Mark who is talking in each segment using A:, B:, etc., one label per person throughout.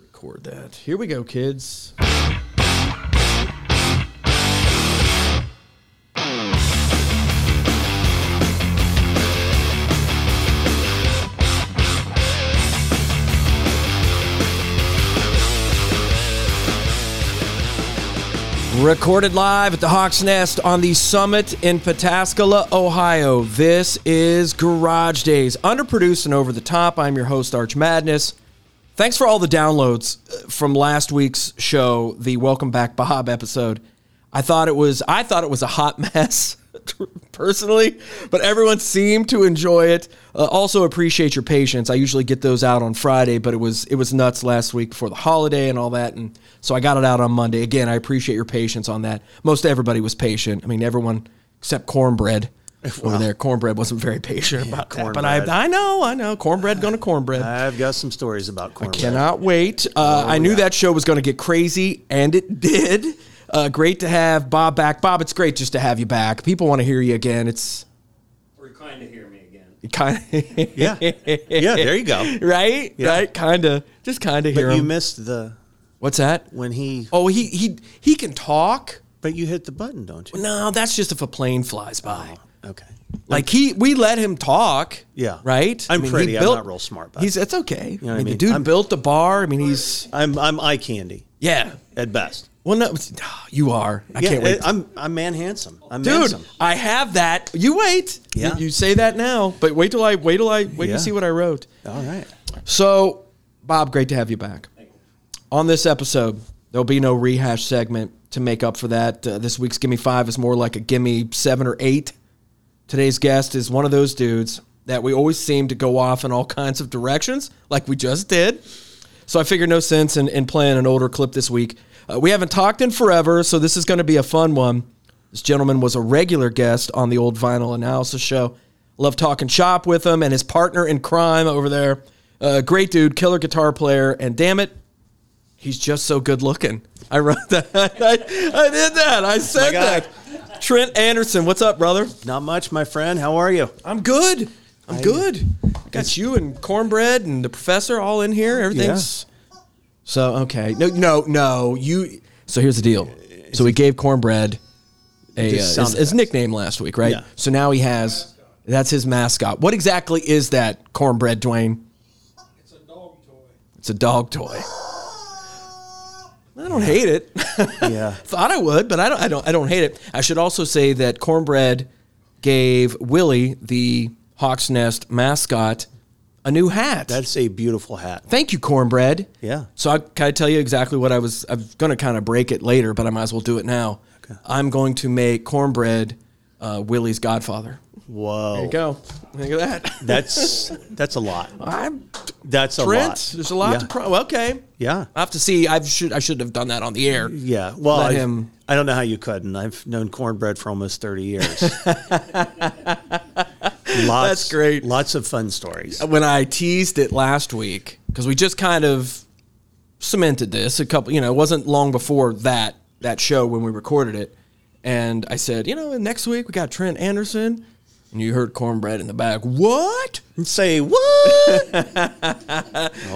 A: record that. Here we go, kids. Recorded live at the Hawk's Nest on the summit in Pataskala, Ohio. This is Garage Days, underproduced and over the top. I'm your host, Arch Madness. Thanks for all the downloads uh, from last week's show, the Welcome Back Bob episode. I thought it was I thought it was a hot mess personally, but everyone seemed to enjoy it. Uh, also appreciate your patience. I usually get those out on Friday, but it was it was nuts last week before the holiday and all that, and so I got it out on Monday. Again, I appreciate your patience on that. Most everybody was patient. I mean, everyone except cornbread. Over there, cornbread wasn't very patient about that. But
B: cornbread.
A: I, I know, I know, cornbread going to cornbread.
B: I've got some stories about cornbread.
A: Cannot wait. Uh, I knew that show was going to get crazy, and it did. Uh, great to have Bob back. Bob, it's great just to have you back. People want to hear you again. It's
C: We're kind to hear me again.
A: kind of
B: Yeah, yeah. There you go.
A: right, right, kind of, just kind of hear
B: But you
A: him.
B: missed the
A: What's that?
B: when he.
A: Oh, he he he can talk.
B: But you hit the button, don't you?
A: No, that's just if a plane flies by.
B: Okay.
A: Like he, we let him talk.
B: Oh. Yeah.
A: right.
B: I'm
A: he
B: pretty. I'm not real smart, but-
A: he's it's okay.
B: know what
A: I
B: I
A: mean, the
B: mean?
A: dude
B: I'm-
A: built a bar. I mean, he's
B: I'm I'm eye candy
A: yeah.
B: at best.
A: Well, no, you are. I
B: Yeah, eh,
A: can't wait.
B: I'm I'm man handsome. I'm
A: Dude,
B: handsome.
A: I have that. You wait.
B: Yeah.
A: You, you say that now, but wait till I wait till I wait
B: Yeah.
A: to see what I wrote.
B: All right.
A: So, Bob, great to have you back. On this episode, there'll be no rehash segment to make up for that. Uh, this week's Gimme Five is more like a Gimme Seven or Eight. Today's guest is one of those dudes that we always seem to go off in all kinds of directions, like we just did. So I figure no sense in, in playing an older clip this week. Uh, we haven't talked in forever, so this is going to be a fun one. This gentleman was a regular guest on the old vinyl analysis show. Love talking shop with him and his partner in crime over there. Uh, great dude, killer guitar player, and damn it, he's just so good looking. I wrote that. I, I did that. I said
B: guy.
A: that. Trent Anderson, what's up, brother?
B: Not much, my friend. How are you?
A: I'm good. I'm good. Got you and cornbread and the professor all in here. Everything's so okay. No, no, no. You. So here's the deal. So we gave cornbread a uh,
B: Just
A: his,
B: sound
A: his
B: effects.
A: nickname last week, right?
B: Yeah.
A: So now he has. That's his mascot. What exactly is that cornbread, Dwayne?
C: It's a dog toy.
A: It's a dog toy. I don't hate it.
B: Yeah.
A: Thought I would, but I don't. I don't. I don't hate it. I should also say that Cornbread gave Willie the Hawk's Nest mascot a new hat.
B: That's a beautiful hat.
A: Thank you, Cornbread.
B: Yeah.
A: So I can I tell you exactly what I was. I'm gonna kind of break it later, but I might as well do it now.
B: Okay.
A: I'm going to make Cornbread uh, Willie's godfather.
B: Whoa.
A: There you go. Look at that.
B: That's that's a lot.
A: I'm
B: That's a
A: Brent.
B: lot.
A: There's a lot
B: yeah.
A: to. Pro- okay.
B: Yeah.
A: I have to see. I should. I should have done that on the air.
B: Yeah. Well,
A: Let
B: I,
A: him-
B: I don't know how you couldn't. I've known cornbread for almost 30 years. lots,
A: That's great.
B: Lots of fun stories.
A: when I teased it last week because we just kind of cemented this a couple. You know, it wasn't long before that that show when we recorded it, and I said, you know, next week we got Trent Anderson, and you heard Cornbread in the back. What?
B: Say what?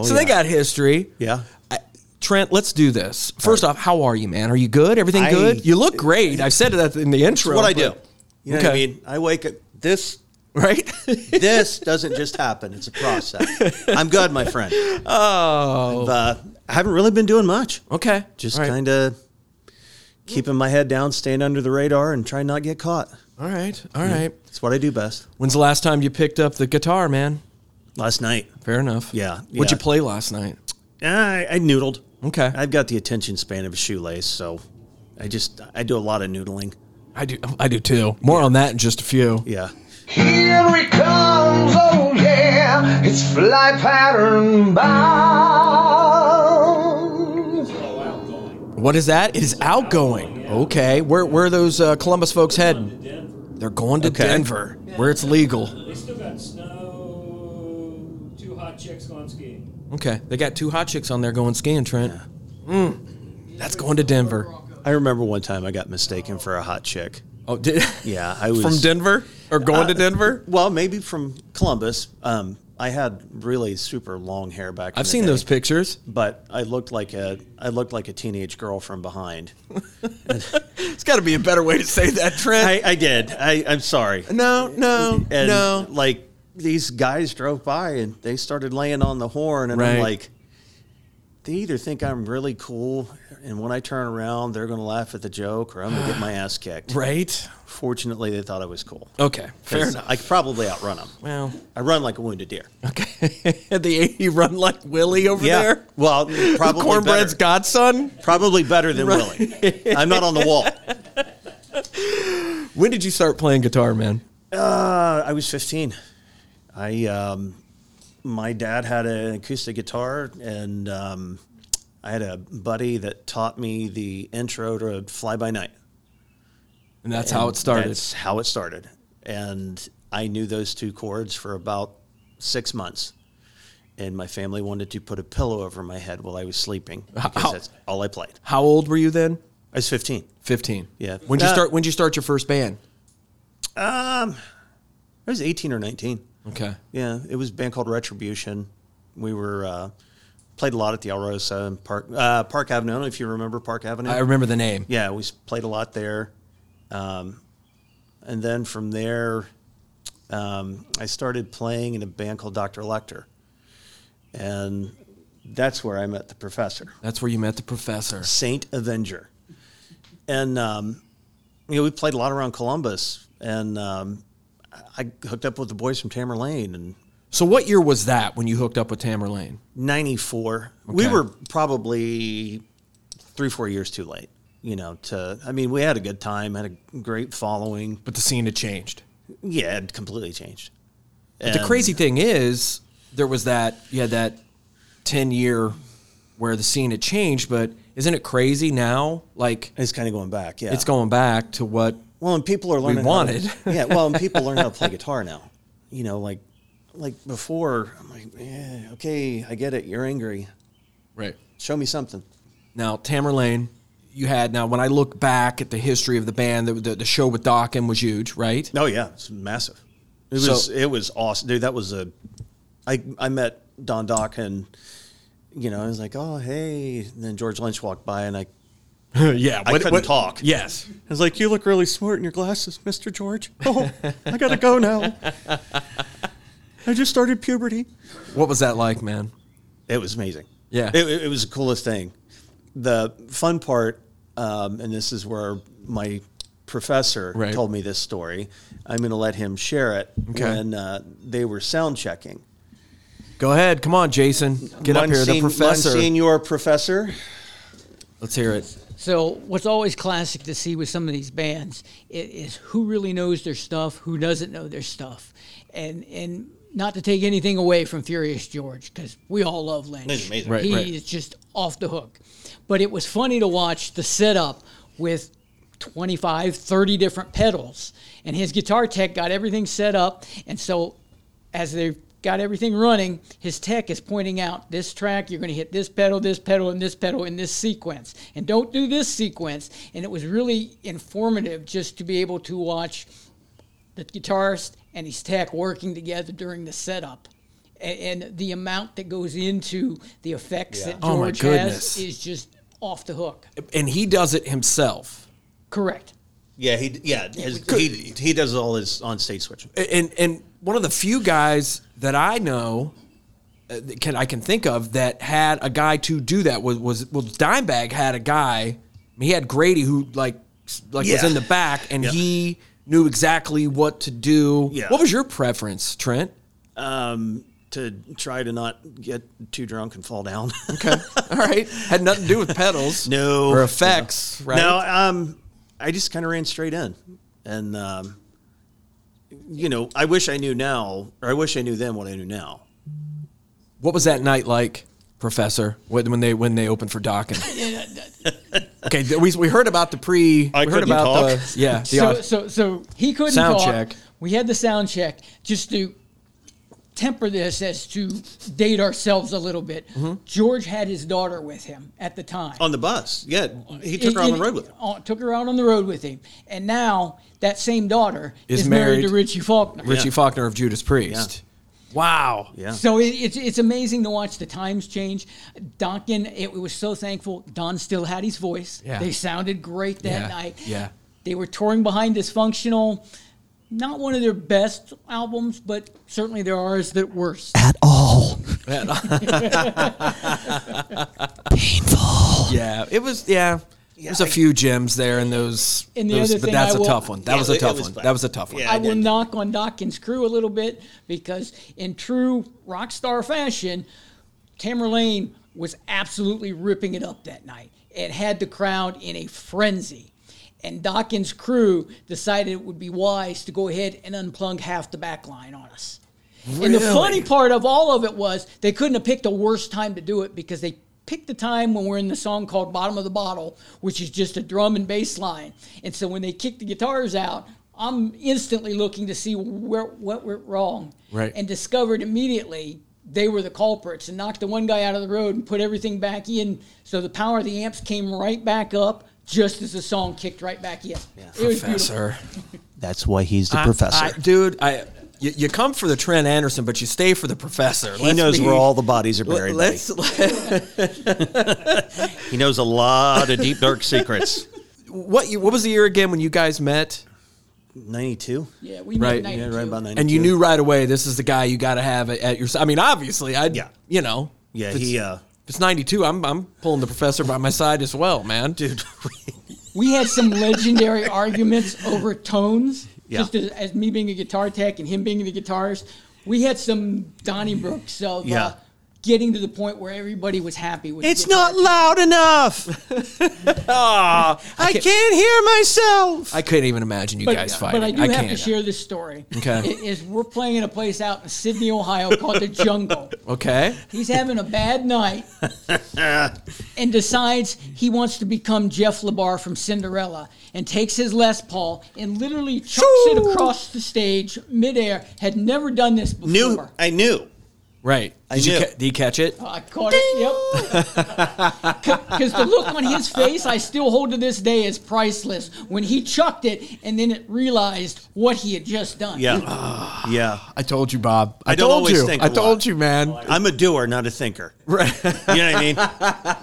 A: so they got history.
B: Oh, yeah.
A: I, Trent, let's do this. First off, how are you, man? Are you good? Everything good? You look great. I've said that in the intro.
B: What I do.
A: but-
B: You know what I
A: Okay.
B: mean? I wake up. This
A: right?
B: this doesn't just happen. It's a process. I'm good, my friend. Oh. Uh, I haven't really been doing much.
A: okay.
B: Just
A: All right.
B: kind of keeping my head down, staying under the radar, and trying not to get caught.
A: All right. All right.
B: That's what I do best.
A: When's the last time you picked up the guitar, man?
B: Last night,
A: Fair enough.
B: Yeah,
A: What'd you
B: yeah.
A: play last night?
B: I, I noodled.
A: Okay. I,
B: I've got the attention span of a shoelace, so I just I do a lot of noodling.
A: do. I do too. More on that in just a few.
B: Yeah.
D: Here it comes, oh yeah, it's fly pattern bound.
A: What is that? It is outgoing. Okay. Where where are those uh, Columbus folks heading?
C: Denver.
A: They're going to
B: Okay.
A: Denver, where it's legal.
C: They still got snow. Two hot chicks going skiing.
A: Okay. They got two hot chicks on there going skiing, Trent. Mm. That's going to Denver.
B: I remember one time I got mistaken for a hot chick.
A: Oh, did,
B: Yeah, I was
A: from Denver or going to
B: Uh,
A: Denver?
B: Well, maybe from Columbus, um, I had really super long hair back. in
A: I've
B: the
A: seen
B: day,
A: those pictures.
B: but I looked like a I looked like a teenage girl from behind.
A: It's got to be a better way to say that, Trent.
B: I, I did. I, I'm sorry.
A: no, no,
B: And
A: no.
B: like these guys drove by and they started laying on the horn, and
A: Right.
B: I'm like, they either think I'm really cool, and when I turn around, they're going to laugh at the joke, or I'm going to get my ass kicked.
A: Right?
B: Fortunately, they thought I was cool.
A: Okay. Fair
B: 'Cause
A: enough.
B: I could probably outrun them.
A: Well,
B: I run like a wounded deer.
A: okay. the 80 run like Willie over there.
B: Well, probably
A: Cornbread's
B: better.
A: godson.
B: probably better than Willie. I'm not on the wall.
A: When did you start playing guitar, man?
B: Uh, I was 15. I um, my dad had an acoustic guitar, and um, I had a buddy that taught me the intro to "Fly By Night."
A: And that's how it started.
B: That's how it started, and I knew those two chords for about six months. And my family wanted to put a pillow over my head while I was sleeping because
A: Ow.
B: that's all I played.
A: How old were you then?
B: I was 15.
A: 15.
B: Yeah.
A: When did you
B: Uh,
A: start when did you start your first band?
B: I was 18 or 19.
A: Okay.
B: Yeah, it was a band called Retribution. We were uh, played a lot at the El Rosa and Park uh, Park Avenue. I don't know if you remember Park Avenue.
A: I remember the name.
B: yeah, we s- played a lot there, um, and then from there, um, I started playing in a band called Doctor Lecter, and that's where I met the professor.
A: That's where you met the professor.
B: Saint Avenger. And, um, you know, we played a lot around Columbus. And um, I I hooked up with the boys from Tamerlane in
A: So what year was that when you hooked up with Tamerlane?
B: 94. We
A: Okay.
B: were probably three, four years too late, you know, to, I mean, we had a good time, had a great following.
A: But the scene had changed.
B: Yeah, it completely changed.
A: The
B: Um,
A: crazy thing is, there was that you had that ten year where the scene had changed, but isn't it crazy now? Like
B: It's kind of going back. Yeah.
A: it's going back to what
B: Well, and people are learning.
A: wanted.
B: How to, yeah. Well, and people learn how to play guitar now. You know, like, like before, I'm like, yeah, okay, I get it. You're angry.
A: right
B: Show me something.
A: now Tamerlane you had now when I look back at the history of the band, the the, the show with Dokken was huge, right?
B: Oh yeah, it's massive. It
A: So-
B: was it was awesome, dude. That was a. I I met Don Dock and, you know, I was like, oh hey, and then George Lynch walked by and I, I
A: yeah,
B: couldn't talk.
A: Yes,
B: was like, you look really smart in your glasses, Mister George. Oh, I gotta go now. I just started puberty.
A: what was that like, man?
B: It was amazing.
A: Yeah.
B: It, it- it was the coolest thing. The fun part, um, and this is where my professor
A: Right.
B: told me this story. I'm going to let him share it.
A: Okay.
B: When uh, they were sound checking.
A: Go ahead, come on, Jason, get up here, the
B: Monsign-
A: professor.
B: Monsignor Professor.
A: Let's hear it.
E: So what's always classic to see with some of these bands i- is who really knows their stuff, who doesn't know their stuff, and and not to take anything away from Furious George because we all love Lynch.
B: He's amazing.
A: Right,
E: he
A: right.
E: is just off the hook. But it was funny to watch the setup with 25, 30 different pedals, and his guitar tech got everything set up, and so as they've got everything running, his tech is pointing out this track, you're going to hit this pedal, this pedal, and this pedal in this sequence. And don't do this sequence. And it was really informative just to be able to watch the guitarist and his tech working together during the setup. A- And, the amount that goes into the effects that
A: Oh, my
E: George has
A: goodness.
E: is just off the hook.
A: And he does it himself.
E: Correct.
B: Yeah, he yeah his, he he does all his on stage switching.
A: and and one of the few guys that I know uh, that can I can think of that had a guy to do that was was well Dimebag had a guy he had Grady who like s- like was
B: Yeah.
A: in the back and
B: Yeah.
A: he knew exactly what to do.
B: Yeah.
A: What was your preference, Trent?
B: Um, to try to not get too drunk and fall down.
A: Okay, all right, had nothing to do with pedals,
B: No.
A: or effects, right?
B: No, um, I just kind of ran straight in, and um, you know, I wish I knew now, or I wish I knew then what I knew now.
A: What was that night like, Professor? When, when they when they opened for Dawkins? okay, th- we, we heard about the pre.
B: I
A: we heard
B: couldn't
A: about
B: talk.
A: the yeah. The
E: so,
A: audio-
E: so, so he couldn't
A: Sound
E: talk.
A: check.
E: We had the sound check just to temper this as to date ourselves a little bit.
A: Mm-hmm.
E: George had his daughter with him at the time.
B: On the bus, yeah, he took her on the road with him.
E: on- took her out on the road with him, and now that same daughter
A: Is
E: is, married,
A: married-
E: to Richie Faulkner.
A: Richie
B: Yeah.
A: Faulkner of Judas Priest. Wow.
B: Yeah.
E: So it, it's it's amazing to watch the times change. Donkin, it, was so thankful. Don still had his voice.
A: Yeah.
E: They sounded great that
A: Yeah,
E: night.
A: yeah.
E: They were touring behind Dysfunctional. Not one of their best albums, but certainly there are as that worse.
F: At all.
A: Yeah. It was. Yeah. There's a few gems there in those.
E: And the
A: those-
E: other
A: but
E: thing
A: that's
E: I
A: a
E: will-
A: tough one. That
B: Yeah,
A: was a
B: it- it
A: tough
B: was
A: one.
B: bad.
A: That was a tough one.
B: Yeah.
E: I
B: I
E: will
B: did.
E: knock on Dawkins' crew a little bit because, in true rock star fashion, Tamerlane was absolutely ripping it up that night. It had the crowd in a frenzy. And Dawkins' crew decided it would be wise to go ahead and unplug half the back line on us. And the funny part of all of it was they couldn't have picked a worse time to do it because they picked the time when we're in the song called Bottom of the Bottle, which is just a drum and bass line. And so when they kicked the guitars out, I'm instantly looking to see where what went wrong.
A: Right.
E: And discovered immediately they were the culprits and knocked the one guy out of the road and put everything back in. So the power of the amps came right back up just as the song kicked right back in. It was beautiful.
A: Professor.
B: That's why he's the
A: I-
B: professor.
A: I- dude, I you, you come for the Trent Anderson, but you stay for the professor.
B: he knows where all the bodies are buried. buddy.
A: Let's
B: he knows a lot of deep dark secrets.
A: what you, what was the year again when you guys met?
B: Ninety two.
E: Yeah, we
A: Right,
E: met
A: yeah,
E: night
B: Yeah, right about ninety two.
A: And you knew right away this is the guy you got to have at- at your. s- I mean, obviously, I
B: Yeah.
A: you know
B: Yeah,
A: if it's-
B: he. Uh,
A: if it's ninety two. I'm I'm pulling the professor by my side as well, man. Dude,
E: We had some legendary arguments over tones,
B: Yeah.
E: just as, as me being a guitar tech and him being the guitarist. We had some Donnie Brooks of
B: Yeah.
E: uh, getting to the point where everybody was happy with
B: it's
E: it.
B: not loud enough. Ah, I can't hear myself.
A: I couldn't even imagine you
E: But,
A: guys
E: but
A: fighting.
E: I do have
A: can't.
E: to share this story.
A: Okay.
E: It Is we're playing in a place out in Sydney, Ohio called the Jungle.
A: Okay,
E: He's having a bad night and decides he wants to become Jeff LeBar from Cinderella and takes his Les Paul and literally chucks it across the stage midair. Had never done this before.
B: knew. I knew.
A: right. Did you
B: knew.
A: ca- did you catch it?
E: I caught it. Yep. Because the look on his face, I still hold to this day, is priceless. When he chucked it and then it realized what he had just done.
B: Yeah. yeah.
A: I told you, Bob. I,
B: I don't
A: told
B: always
A: you.
B: think
A: I
B: a lot.
A: told you, man.
B: I'm a doer, not a thinker.
A: Right.
B: You know what I mean?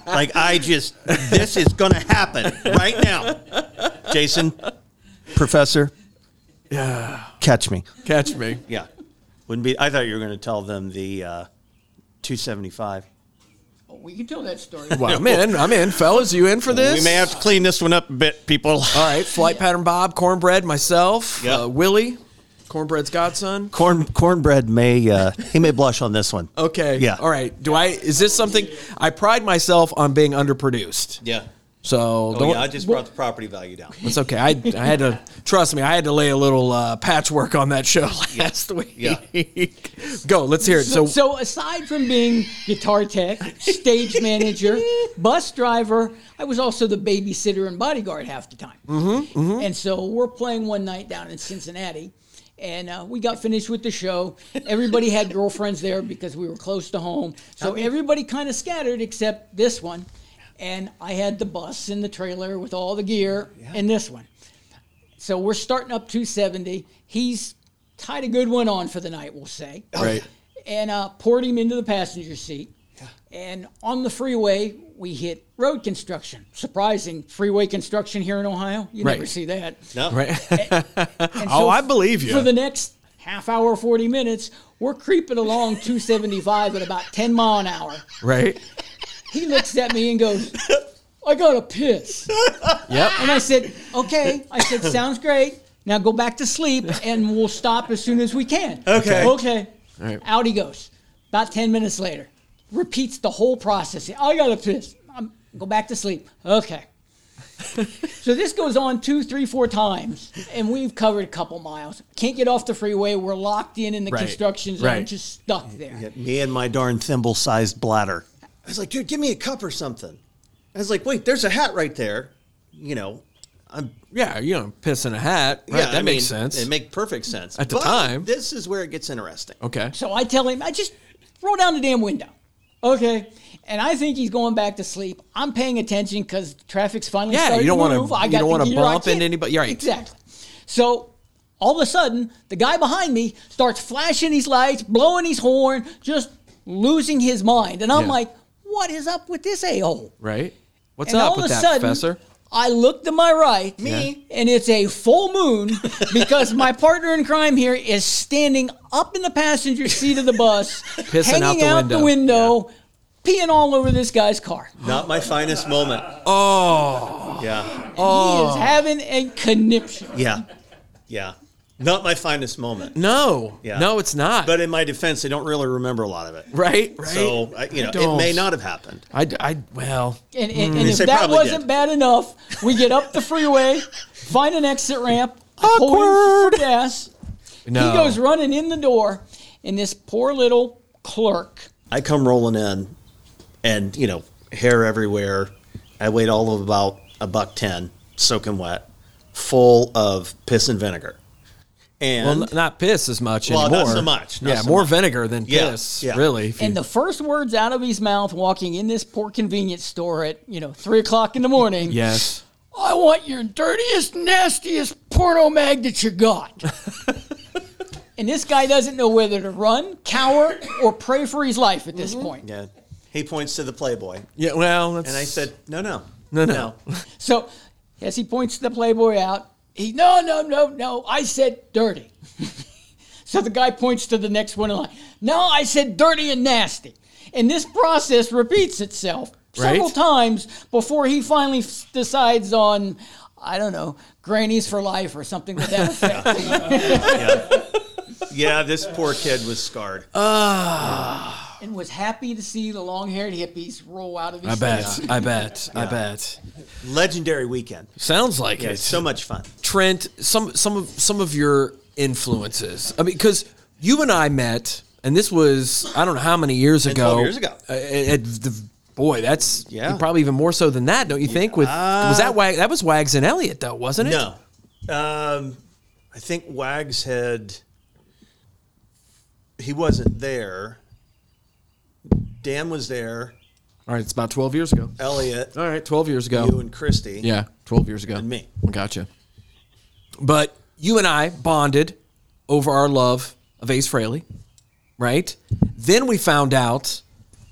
B: like I just this is gonna happen right now. Jason, Professor,
A: Yeah.
B: catch me.
A: Catch me.
B: Yeah. Wouldn't be I thought you were gonna tell them the uh, two seventy five.
E: Oh, we can tell that story.
A: Wow, I'm in. I'm in, fellas. You in for this?
B: We may have to clean this one up a bit, people.
A: All right, flight pattern Bob, cornbread, myself,
B: Yeah.
A: uh, Willie, cornbread's godson.
B: Corn cornbread may uh, he may blush on this one.
A: Okay.
B: Yeah.
A: All right. Do I? Is this something? I pride myself on being underproduced.
B: Yeah. Oh,
A: So don't.
B: just brought the property value down.
A: it's okay. I, I had to trust me. I had to lay a little uh, patchwork on that show last week. Go. Let's hear it. So,
E: So, so aside from being guitar tech, stage manager, bus driver, I was also the babysitter and bodyguard half the time. Mm-hmm, And so we're playing one night down in Cincinnati, and uh, we got finished with the show. Everybody had girlfriends there because we were close to home. So everybody kind of scattered except this one, and I had the bus and the trailer with all the gear, and this one. So we're starting up 270. He's tied a good one on for the night, we'll say
A: right.
E: and uh, poured him into the passenger seat. And on the freeway, we hit road construction. Surprising freeway construction here in Ohio. You never
A: Right.
E: see that.
B: No.
A: Right.
E: And
A: Oh, I believe you.
E: For the next half hour, 40 minutes, we're creeping along 275 at about 10 mile an hour.
A: right.
E: He looks at me and goes, I got to piss.
A: Yep.
E: And I said, okay. I said, sounds great. Now go back to sleep and we'll stop as soon as we can.
A: Okay.
E: Okay.
A: right.
E: Out he goes. About 10 minutes later, repeats the whole process. I got to piss. I'm, go back to sleep. Okay. so this goes on two, three, four times, and we've covered a couple miles. Can't get off the freeway. We're locked in in the
A: Right.
E: construction zone,
A: Right.
E: just stuck there.
B: Me and my darn thimble sized bladder. I was like, dude, give me a cup or something. I was like, wait, there's a hat right there. You know, I'm
A: Yeah. You know, piss in a hat. Right.
B: yeah,
A: that
B: I
A: makes
B: mean,
A: sense.
B: It make perfect sense.
A: At the
B: But
A: time.
B: This is where it gets interesting.
A: okay.
E: So I tell him, I just roll down the damn window. Okay. And I think he's going back to sleep. I'm paying attention because traffic's finally
A: Yeah,
E: starting
A: you don't
E: to
A: wanna-
E: move. I
A: you
E: got
A: don't
E: the
A: wanna
E: gear. I
A: bump into
E: can't-
A: anybody. Right.
E: Exactly. So all of a sudden, the guy behind me starts flashing his lights, blowing his horn, just losing his mind. And I'm
A: Yeah.
E: like, what is up with this a hole?
A: Right? What's
E: and
A: up
E: all
A: with
E: of a
A: that,
E: sudden,
A: Professor?
E: I look to my right, me, and it's a full moon because my partner in crime here is standing up in the passenger seat of the bus,
A: Pissing out
E: hanging
A: the
E: out the
A: window.
E: window, peeing all over this guy's car.
B: Not my finest moment.
A: Oh,
B: Yeah.
E: He is having a conniption.
B: Yeah. Yeah. Not my finest moment.
A: no.
B: Yeah.
A: No, it's not.
B: But in my defense, I don't really remember a lot of it.
A: right? Right.
B: So, I, you know, it
A: don't.
B: may not have happened.
A: I, I, well,
E: And, and, and if
B: They
E: that
B: probably
E: wasn't
B: did.
E: bad enough, we get up the freeway, find an exit ramp, hold for gas.
A: no.
E: He goes running in the door, and this poor little clerk.
B: I come rolling in and, you know, hair everywhere. I weighed all of about a buck 10, soaking wet, full of piss and vinegar. And
A: Well, n- not piss as much
B: Well, not
A: anymore.
B: so much, not
A: yeah,
B: so
A: more
B: much.
A: vinegar than
B: Yeah,
A: piss,
B: yeah.
A: really. if you-
E: And the first words out of his mouth walking in this poor convenience store at, you know, three o'clock in the morning.
A: yes.
E: I want your dirtiest, nastiest porno mag that you got. and this guy doesn't know whether to run, cower, or pray for his life at this point.
B: yeah, he points to the Playboy.
A: Yeah, well, that's,
B: And I said, no, no.
A: No, no.
E: So as he points the Playboy out, he, no, no, no, no, I said dirty. so the guy points to the next one in line. No, I said dirty and nasty. And this process repeats itself several
A: Right.
E: times before he finally f- decides on, I don't know, grannies for life or something to that effect.
B: Yeah, this poor kid was
A: Uh,
B: scarred.
A: Ah.
E: and was happy to see the long haired hippies roll out of his
A: I bet.
E: face.
A: I bet. I bet.
B: Legendary weekend.
A: Sounds like
B: Yeah,
A: it.
B: so much fun.
A: Trent, some some of some of your influences. I mean, because you and I met, and this was I don't know how many years ago.
B: 12 years ago.
A: Uh, at the, boy, that's
B: Yeah. Uh,
A: probably even more so than that, don't you think? With was that Wag, that was Wags and Elliot though, wasn't it?
B: No. Um, I think Wags had. He wasn't there. Dan was there.
A: All right, it's about twelve years ago.
B: Elliot,
A: All right, twelve years ago.
B: you and Christy.
A: Oh. Yeah, 12 years ago.
B: And me.
A: Gotcha. But you and I bonded over our love of Ace Frehley, right? Then we found out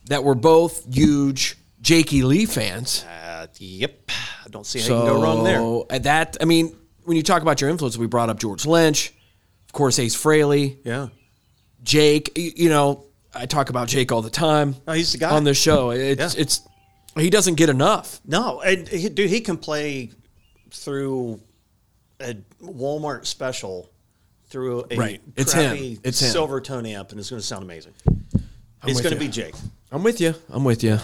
A: that we're both huge Jakey Lee fans.
B: Uh, yep. I don't see how
A: So
B: you can go wrong there.
A: at that, I mean, when you talk about your influence, we brought up George Lynch, of course, Ace Frehley,
B: Yeah.
A: Jake. y- You know, I talk about Jake all the time
B: Oh, he's the guy.
A: on this show. It's,
B: Yeah.
A: it's he doesn't get enough.
B: No, and he, dude, he can play through a Walmart special through a
A: Right. It's him.
B: crappy
A: It's him.
B: silver tone amp, and it's going to sound amazing. it's
A: with
B: going to
A: you.
B: be Jake.
A: I'm with you. I'm with you.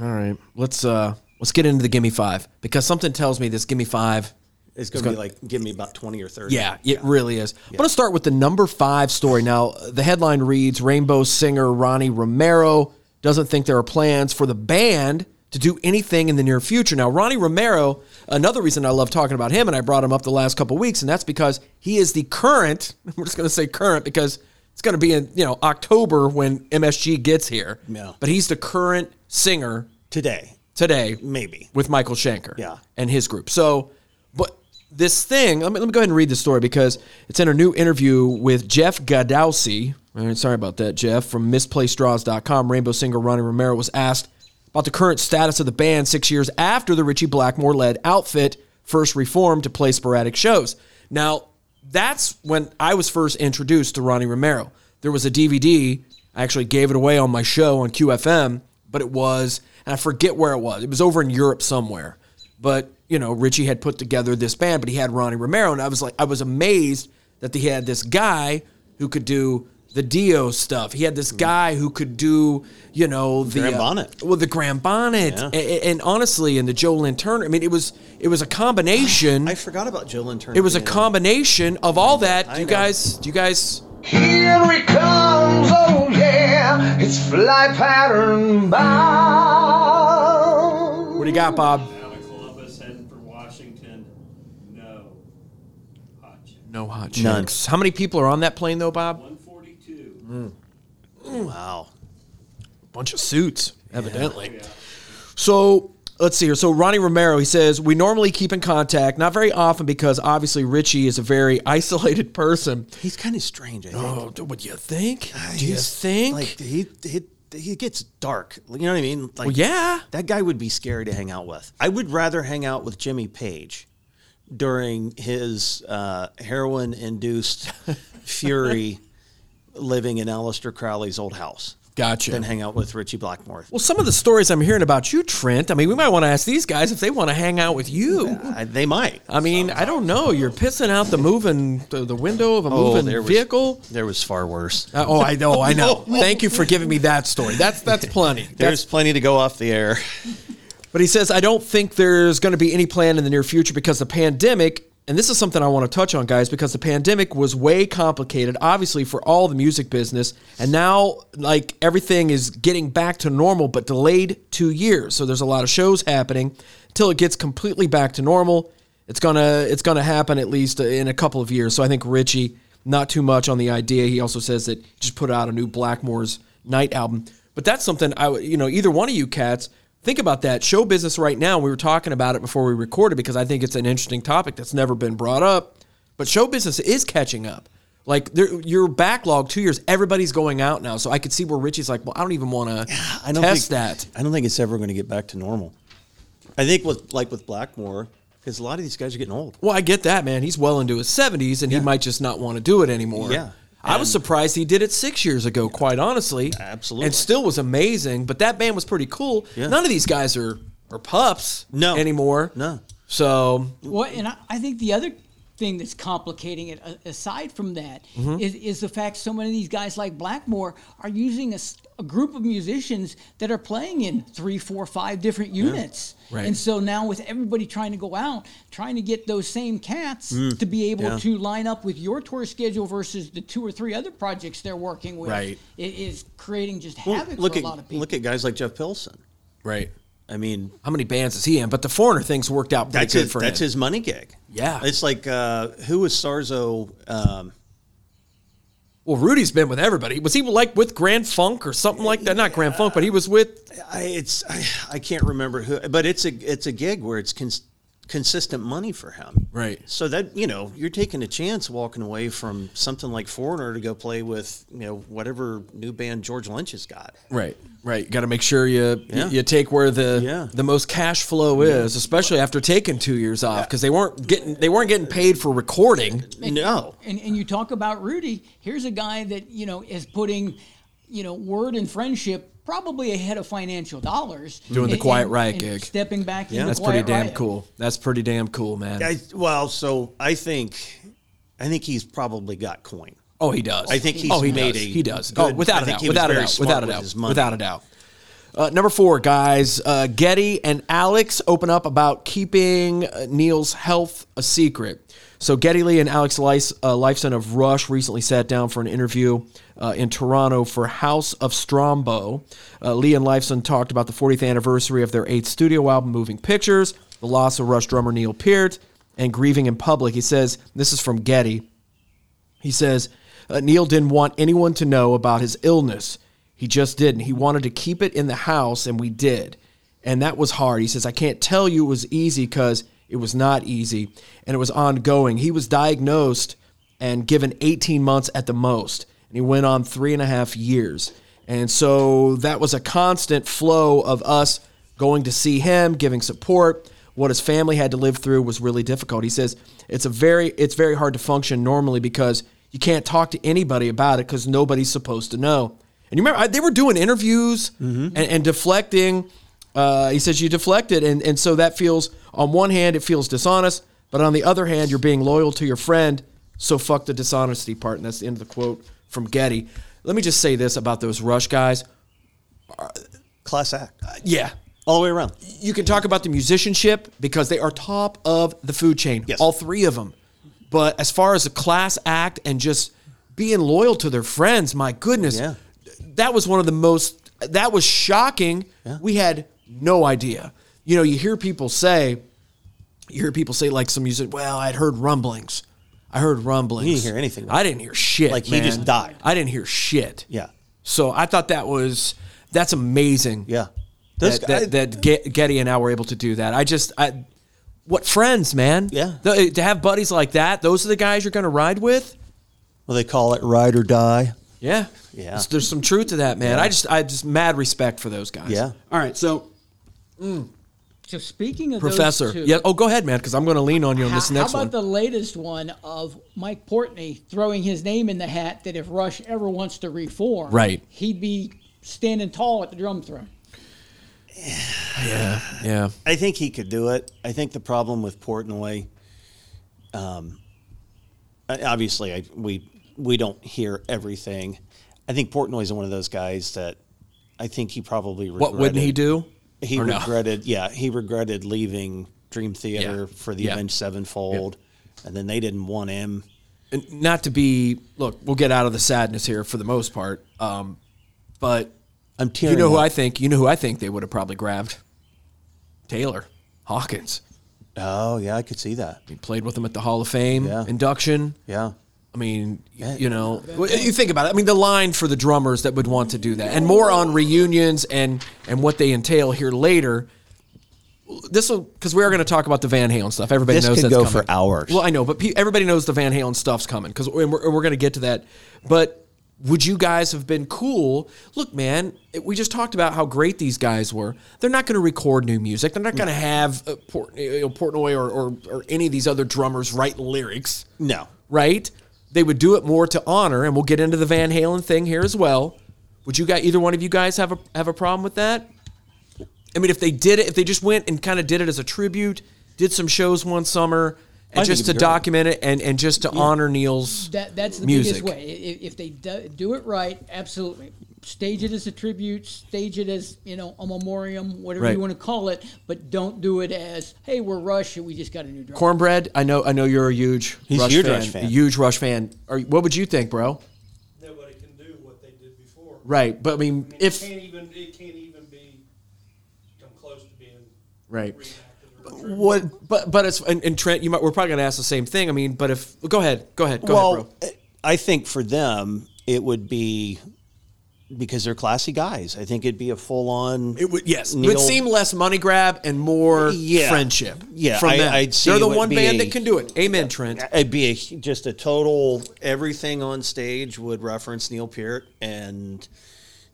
A: All right. Let's uh let's get into the gimme five because something tells me this gimme five.
B: It's going to be like give me about twenty or thirty.
A: Yeah, it really is. I'm gonna start with the number five story. Now the headline reads Rainbow singer Ronnie Romero doesn't think there are plans for the band to do anything in the near future. Now Ronnie Romero, another reason I love talking about him, and I brought him up the last couple weeks, and that's because he is the current. We're just gonna say current because it's gonna be in you know October when MSG gets here.
B: Yeah.
A: But he's the current singer
B: today,
A: today
B: maybe.
A: with Michael Shanker
B: Yeah.
A: and his group. So, but this thing, let me, let me go ahead and read the story because it's in a new interview with Jeff Gadowsi. All right, sorry about that, Jeff, from misplaceddraws.com. Rainbow singer Ronnie Romero was asked about the current status of the band six years after the Richie Blackmore led outfit first reformed to play sporadic shows. Now, that's when I was first introduced to Ronnie Romero. There was a DVD. I actually gave it away on my show on QFM, but it was, and I forget where it was. It was over in Europe somewhere. But, you know, Richie had put together this band, but he had Ronnie Romero. And I was like, I was amazed that he had this guy who could do the Dio stuff. He had this guy who could do, you know, the
B: Graham
A: uh,
B: Hmm. Bonnet.
A: well, the Graham Bonnet,
B: Yeah.
A: a- a- and, honestly, and the Joe Lynn Turner. I mean, it was it was a combination.
B: I forgot about Jill and Turner.
A: It was a
B: Yeah.
A: combination of all that.
B: I
A: Do you
B: know.
A: guys? Do you guys?
D: Here it comes, oh yeah, it's fly pattern bound.
A: What do you got, Bob?
C: Out of Columbus, heading for Washington. No. Hot chick.
A: No hot chicks.
B: None.
A: How many people are on that plane though, Bob?
C: 142.
A: Mm.
B: Wow.
A: A bunch of suits, evidently. So Let's see here. So Ronnie Romero, he says, we normally keep in contact, not very often because obviously Richie is a very isolated person. Ah,
B: He's kind of strange. I think.
A: Oh, do- would you think? Do you
B: He's-
A: think?
B: like he he he gets dark? You know what I mean? Like,
A: Well, yeah.
B: that guy would be scary to hang out with. I would rather hang out with Jimmy Page during his uh, heroin-induced fury living in Aleister Crowley's old house
A: Gotcha.
B: than hang out with Richie Blackmore.
A: well, some of the stories I'm hearing about you, Trent, I mean, we might want to ask these guys if they want to hang out with you.
B: I, they might.
A: I mean, I don't know. You're pissing out the moving the, the window of a moving
B: Oh, there was-
A: vehicle.
B: There was far worse.
A: Uh, oh, I know, I know. Thank you for giving me that story. That's that's plenty. That's-
B: There's plenty to go off the air.
A: but he says I don't think there's going to be any plan in the near future because the pandemic. And this is something I want to touch on, guys, because the pandemic was way complicated, obviously, for all the music business. And now, like, everything is getting back to normal, but delayed two years. So there's a lot of shows happening until it gets completely back to normal. It's gonna it's gonna happen at least in a couple of years. So I think Richie not too much on the idea. He also says that he just put out a new Blackmore's Night album. But that's something I would- you know either one of you cats think about that show business right now. We were talking about it before we recorded because I think it's an interesting topic that's never been brought up. But show business is catching up. Like there, your backlog two years, everybody's going out now. So I could see where Richie's like, well, I don't even want to
B: I don't
A: test
B: think,
A: that.
B: I don't think it's ever going to get back to normal. I think with like with Blackmore, because a lot of these guys are getting old.
A: Well, I get that, man. He's well into his 70s and he might just not want to do it anymore.
B: Yeah.
A: I was
B: And-
A: surprised he did it six years ago, quite honestly.
B: Absolutely.
A: And still was amazing, but that band was pretty cool.
B: Yeah.
A: None of these guys are, are pups
B: No.
A: anymore.
B: No.
A: So,
E: Well, and I, I think the other thing that's complicating it, a- aside from that, is
B: Mm-hmm.
E: is the fact so many of these guys like Blackmore are using a, s- a group of musicians that are playing in three, four, five different units.
A: Right.
E: And so now with everybody trying to go out, trying to get those same cats to be able
B: Mm. yeah.
E: to line up with your tour schedule versus the two or three other projects they're working with,
A: Right.
E: it is creating just
B: Well,
E: havoc
B: look
E: for
B: at
E: a lot of people.
B: look at guys like Jeff Pilson.
A: right.
B: I mean,
A: How many bands is he in? But the foreigner things worked out pretty
B: that's
A: good
B: his,
A: for
B: that's
A: him.
B: his money gig.
A: Yeah.
B: it's like uh, who was Sarzo? Um,
A: well, Rudy's been with everybody. Was he like with Grand Funk or something like that? Not Grand Funk, but he was with.
B: I, it's I, I can't remember who, but it's a it's a gig where it's cons- consistent money for him.
A: Right.
B: So that you know you're taking a chance walking away from something like Foreigner to go play with you know whatever new band George Lynch has got.
A: Right, right. You got to make sure you
B: Yeah.
A: you take where the
B: Yeah.
A: the most cash flow is, especially after taking two years off because they weren't getting they weren't getting paid for recording.
B: No.
E: and, and you talk about Rudy. Here's a guy that you know is putting, you know, word and friendship probably ahead of financial dollars.
A: Doing the
E: and-
A: Quiet
E: and-
A: Riot
E: and
A: gig.
E: stepping back. Yeah,
A: That's pretty damn cool. That's pretty damn cool, man.
B: I, well, so I think I think he's probably got coin.
A: oh, he does.
B: I think he's
A: oh he
B: made
A: does.
B: a
A: he does. oh,
B: good-
A: without
B: I
A: a
B: think
A: doubt,
B: he was
A: without a
B: very
A: doubt,
B: smart
A: without a
B: with
A: doubt,
B: his money.
A: without a doubt. Uh, number four, guys, uh, Getty and Alex open up about keeping uh, Neil's health a secret. So Getty Lee and Alex Lice, uh, Lifeson of Rush recently sat down for an interview uh, in Toronto for House of Strombo. Uh, Lee and Lifeson talked about the 40th anniversary of their eighth studio album, Moving Pictures, the loss of Rush drummer Neil Peart, and grieving in public. He says, this is from Getty, he says uh, Neil didn't want anyone to know about his illness. He just didn't. He wanted to keep it in the house, and we did. And that was hard. He says, I can't tell you it was easy because it was not easy and it was ongoing. He was diagnosed and given 18 months at the most, and he went on three and a half years. And so that was a constant flow of us going to see him, giving support. What his family had to live through was really difficult. He says it's a very it's very hard to function normally because you can't talk to anybody about it because nobody's supposed to know. And you remember I, they were doing interviews and, and deflecting. Uh, he says you deflected, and and so that feels on one hand it feels dishonest, but on the other hand you're being loyal to your friend. So fuck the dishonesty part, and that's the end of the quote from Getty. Let me just say this about those Rush guys.
B: Class act,
A: Yeah,
B: Uh, all the way around.
A: you can talk about the musicianship because they are top of the food chain,
B: Yes.
A: all three of them. But as far as a class act and just being loyal to their friends, my goodness,
B: Yeah.
A: that was one of the most. That was shocking. We had no idea. You know, you hear people say, you hear people say like some music. Well, I'd heard rumblings. I heard rumblings.
B: You didn't hear anything.
A: I didn't hear shit.
B: Like, he
A: man.
B: just died.
A: I didn't hear shit.
B: Yeah.
A: So I thought that was that's amazing.
B: Yeah. Those
A: that,
B: guy-
A: that, that Ge- Getty and I were able to do that. I just, I, what friends, man?
B: Yeah.
A: Th- to have buddies like that, those are the guys you're going to ride with.
B: Well, they call it ride or die.
A: Yeah,
B: Yeah.
A: There's- There's some truth to that, man. I just, I just mad respect for those guys.
B: Yeah.
A: All right, so
E: So speaking of
A: Professor,
E: those two,
A: yeah. Oh, go ahead, man, because I'm going to lean on you on
E: how,
A: this next
E: how about
A: one.
E: the latest one of Mike Portney throwing his name in the hat that if Rush ever wants to reform,
A: Right.
E: he'd be standing tall at the drum throne.
A: yeah, yeah,
B: I think he could do it. I think the problem with Portnoy, um, I- obviously, I, we we don't hear everything. I think Portnoy's one of those guys that I think he probably regretted.
A: What wouldn't he do?
B: He
A: Or no?
B: regretted, yeah, he regretted leaving Dream Theater
A: Yeah.
B: for the
A: Yeah.
B: Avenged Sevenfold, and then they didn't want him.
A: And not to be. Look, we'll get out of the sadness here for the most part. Um, but
B: I'm
A: you
B: tearing.
A: know who
B: up.
A: I think. You know who I think they would have probably grabbed. Taylor Hawkins.
B: Oh yeah, I could see that.
A: He played with him at the Hall of Fame
B: Yeah.
A: induction.
B: Yeah,
A: I mean, y- you know, well, you think about it. I mean, the line for the drummers that would want to do that, and more on reunions and and what they entail here later. This will because we are going to talk about the Van Halen stuff. Everybody
B: This
A: knows
B: could
A: that's
B: go
A: coming.
B: for hours.
A: Well, I know, but pe- everybody knows the Van Halen stuff's coming because we're, we're, going to get to that. But would you guys have been cool? Look, man, it- we just talked about how great these guys were. They're not going to record new music. They're not going to have uh, Port, you know, Portnoy or, or or any of these other drummers write lyrics
B: no,
A: right? They would do it more to honor, and we'll get into the Van Halen thing here as well. Would you guys, either one of you guys, have a have a problem with that? I mean, if they did it, if they just went and kind of did it as a tribute, did some shows one summer, and
B: think
A: just
B: it'd
A: to
B: be great.
A: document it, and and just to honor Neil's
E: That that's the
A: music.
E: biggest way. If, if they do, do it right, absolutely. Stage it as a tribute. Stage it as you know a memoriam, whatever
A: Right.
E: you want to call it. But don't do it as hey, we're Rush and we just got a new drummer.
A: Cornbread, I know, I know you're a huge
B: He's a
A: Rush,
B: huge
A: fan,
B: Rush fan.
A: a huge Rush fan. Are, you- what would you think, bro?
F: Nobody can do what they did before.
A: Right, but I mean,
F: I mean,
A: if
F: it can't even it can't even be come close to being
A: right,
F: reenacted or true.
A: what? But but it's and, and Trent, you might we're probably gonna ask the same thing. I mean, but if go ahead, go ahead, go ahead, bro.
B: well, I think for them it would be because they're classy guys. I think it'd be a full on.
A: It would yes. It
B: Neil-
A: would seem less money grab and more
B: Yeah.
A: friendship.
B: Yeah,
A: from
B: I-
A: them.
B: I'd see
A: They're the
B: it would
A: one
B: be
A: band
B: a-
A: that can do it. Amen, Trent.
B: It'd be a, just a total everything on stage would reference Neil Peart and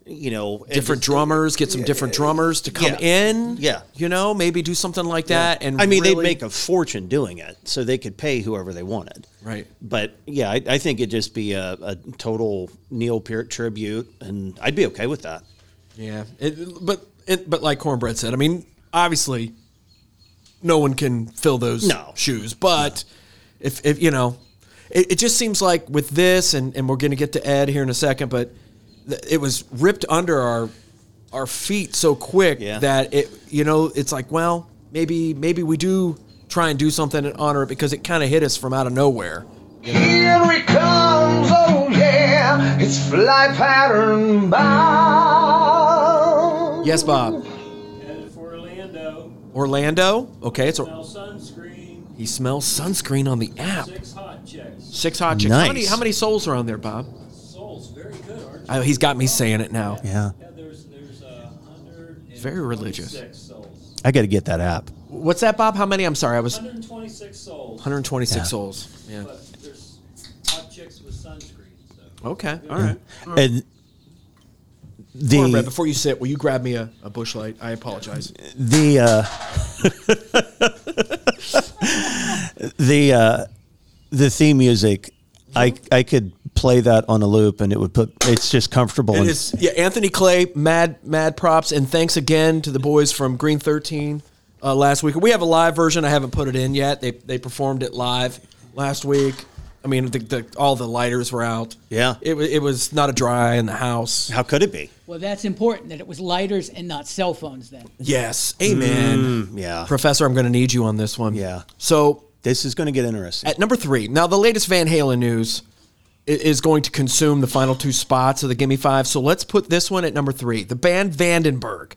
B: you know it
A: Different
B: just-
A: drummers, get some different drummers to come
B: Yeah.
A: in.
B: Yeah.
A: you know, maybe do something like that. And
B: I mean,
A: really-
B: they'd make a fortune doing it, so they could pay whoever they wanted.
A: Right.
B: But yeah, I, I think it'd just be a, a total Neil Peart tribute, and I'd be okay with that.
A: Yeah, it, but it, but like Cornbread said, I mean, obviously, no one can fill those
B: No.
A: shoes. But if if you know, it, it just seems like with this, and and we're going to get to Ed here in a second, but th- it was ripped under our our feet so quick
B: Yeah.
A: that it you know it's like well maybe maybe we do try and do something and honor it because it kind of hit us from out of nowhere.
D: Here it comes, oh yeah, it's fly pattern bound.
A: Yes, Bob.
C: And if Orlando,
A: Orlando. Okay, it's a,
C: now sunscreen,
A: he smells sunscreen on the app.
C: six hot chicks.
A: Six hot chicks. How, many,
B: Nice.
A: how many souls are on there, Bob?
C: Souls, very good, aren't you?
A: I, he's got me saying it now.
B: Yeah,
C: Yeah, there's there's a hundred.
A: Very religious.
C: souls.
B: I got to get that app.
A: What's that, Bob? How many? I'm sorry, I was
C: 126 souls.
A: 126 souls. Yeah.
C: But there's hot chicks with sunscreen. So.
A: Okay. All right.
B: And the
A: Cornbread, before you sit, will you grab me a, a bush light? I apologize.
B: the uh, the uh, the theme music. I I could play that on a loop and it would put. It's just comfortable.
A: And
B: and
A: it's yeah, Anthony Clay, mad mad props, and thanks again to the boys from Green 13 uh, last week. We have a live version. I haven't put it in yet. They they performed it live last week. I mean, the, the, all the lighters were out.
B: Yeah.
A: It, wa- it was not a dry in the house.
B: how could it be?
E: Well, that's important that it was lighters and not cell phones then.
A: Yes. Amen.
B: Yeah,
A: Professor, I'm going to need you on this one.
B: Yeah.
A: So
B: this is going to get interesting.
A: at number three, now the latest Van Halen news i- is going to consume the final two spots of the Gimme Five. So let's put this one at number three the band Vandenberg.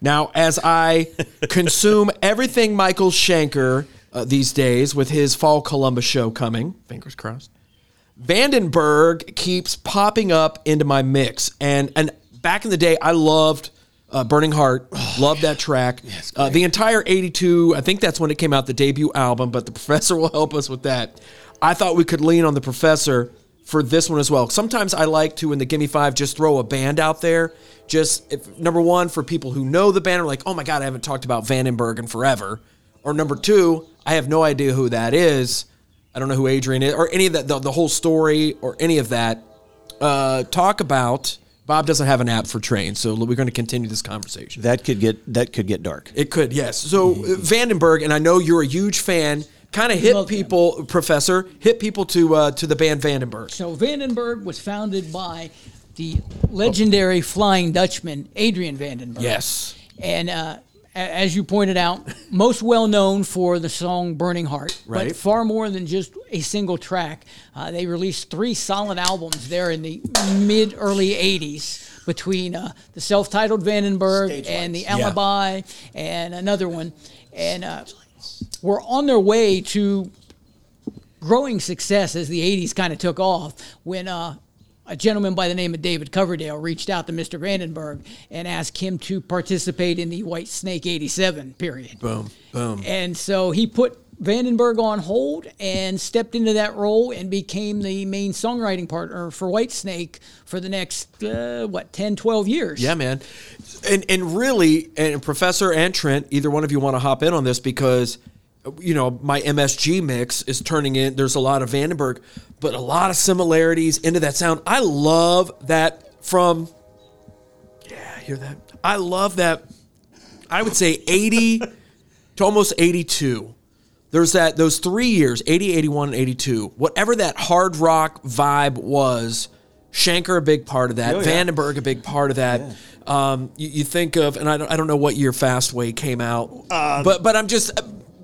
A: Now, as I consume everything Michael Schenker uh, these days with his Fall Columbus show coming, fingers crossed. Vandenberg keeps popping up into my mix. And and back in the day, I loved Uh, Burning Heart, love that track. uh, the entire 82, I think that's when it came out, the debut album, but the professor will help us with that. I thought we could lean on the professor for this one as well. Sometimes I like to, in the Gimme Five, just throw a band out there. Just, if, number one, for people who know the band, are like, oh my God, I haven't talked about Vandenberg in forever. Or number two, I have no idea who that is. I don't know who Adrian is, or any of that, the, the whole story, or any of that. Uh, talk about Bob doesn't have an app for trains, so we're going to continue this conversation.
B: That could get that could get dark.
A: It could, yes. So uh, Vandenberg, and I know you're a huge fan. Kind of hit
E: Love them.
A: people, Professor. Hit people to uh, to the band Vandenberg.
E: So Vandenberg was founded by the legendary Flying Dutchman Adrian Vandenberg.
A: Yes.
E: and uh, a- as you pointed out, most well known for the song "Burning Heart,"
A: Right.
E: but far more than just a single track. Uh, they released three solid albums there in the mid early '80s between uh, the self-titled Vandenberg and the Alibi and another one, and uh, were on their way to growing success as the 80s kind of took off when uh, a gentleman by the name of David Coverdale reached out to Mr. Vandenberg and asked him to participate in the White Snake 87 period.
A: Boom, boom.
E: And so he put Vandenberg on hold and stepped into that role and became the main songwriting partner for Whitesnake for the next, uh, what, 10, 12 years.
A: Yeah, man. And and really, and Professor and Trent, either one of you want to hop in on this because you know my MSG mix is turning in. There's a lot of Vandenberg, but a lot of similarities into that sound. I love that from. Yeah, hear that? I love that. I would say 80 to almost 82. There's that those 3 years, 80, 81, and 82. Whatever that hard rock vibe was, Shanker a big part of that,
B: Oh, yeah.
A: Vandenberg a big part of that. Um, you, you think of and I don't, I don't know what year Fastway came out.
B: Um,
A: but but I'm just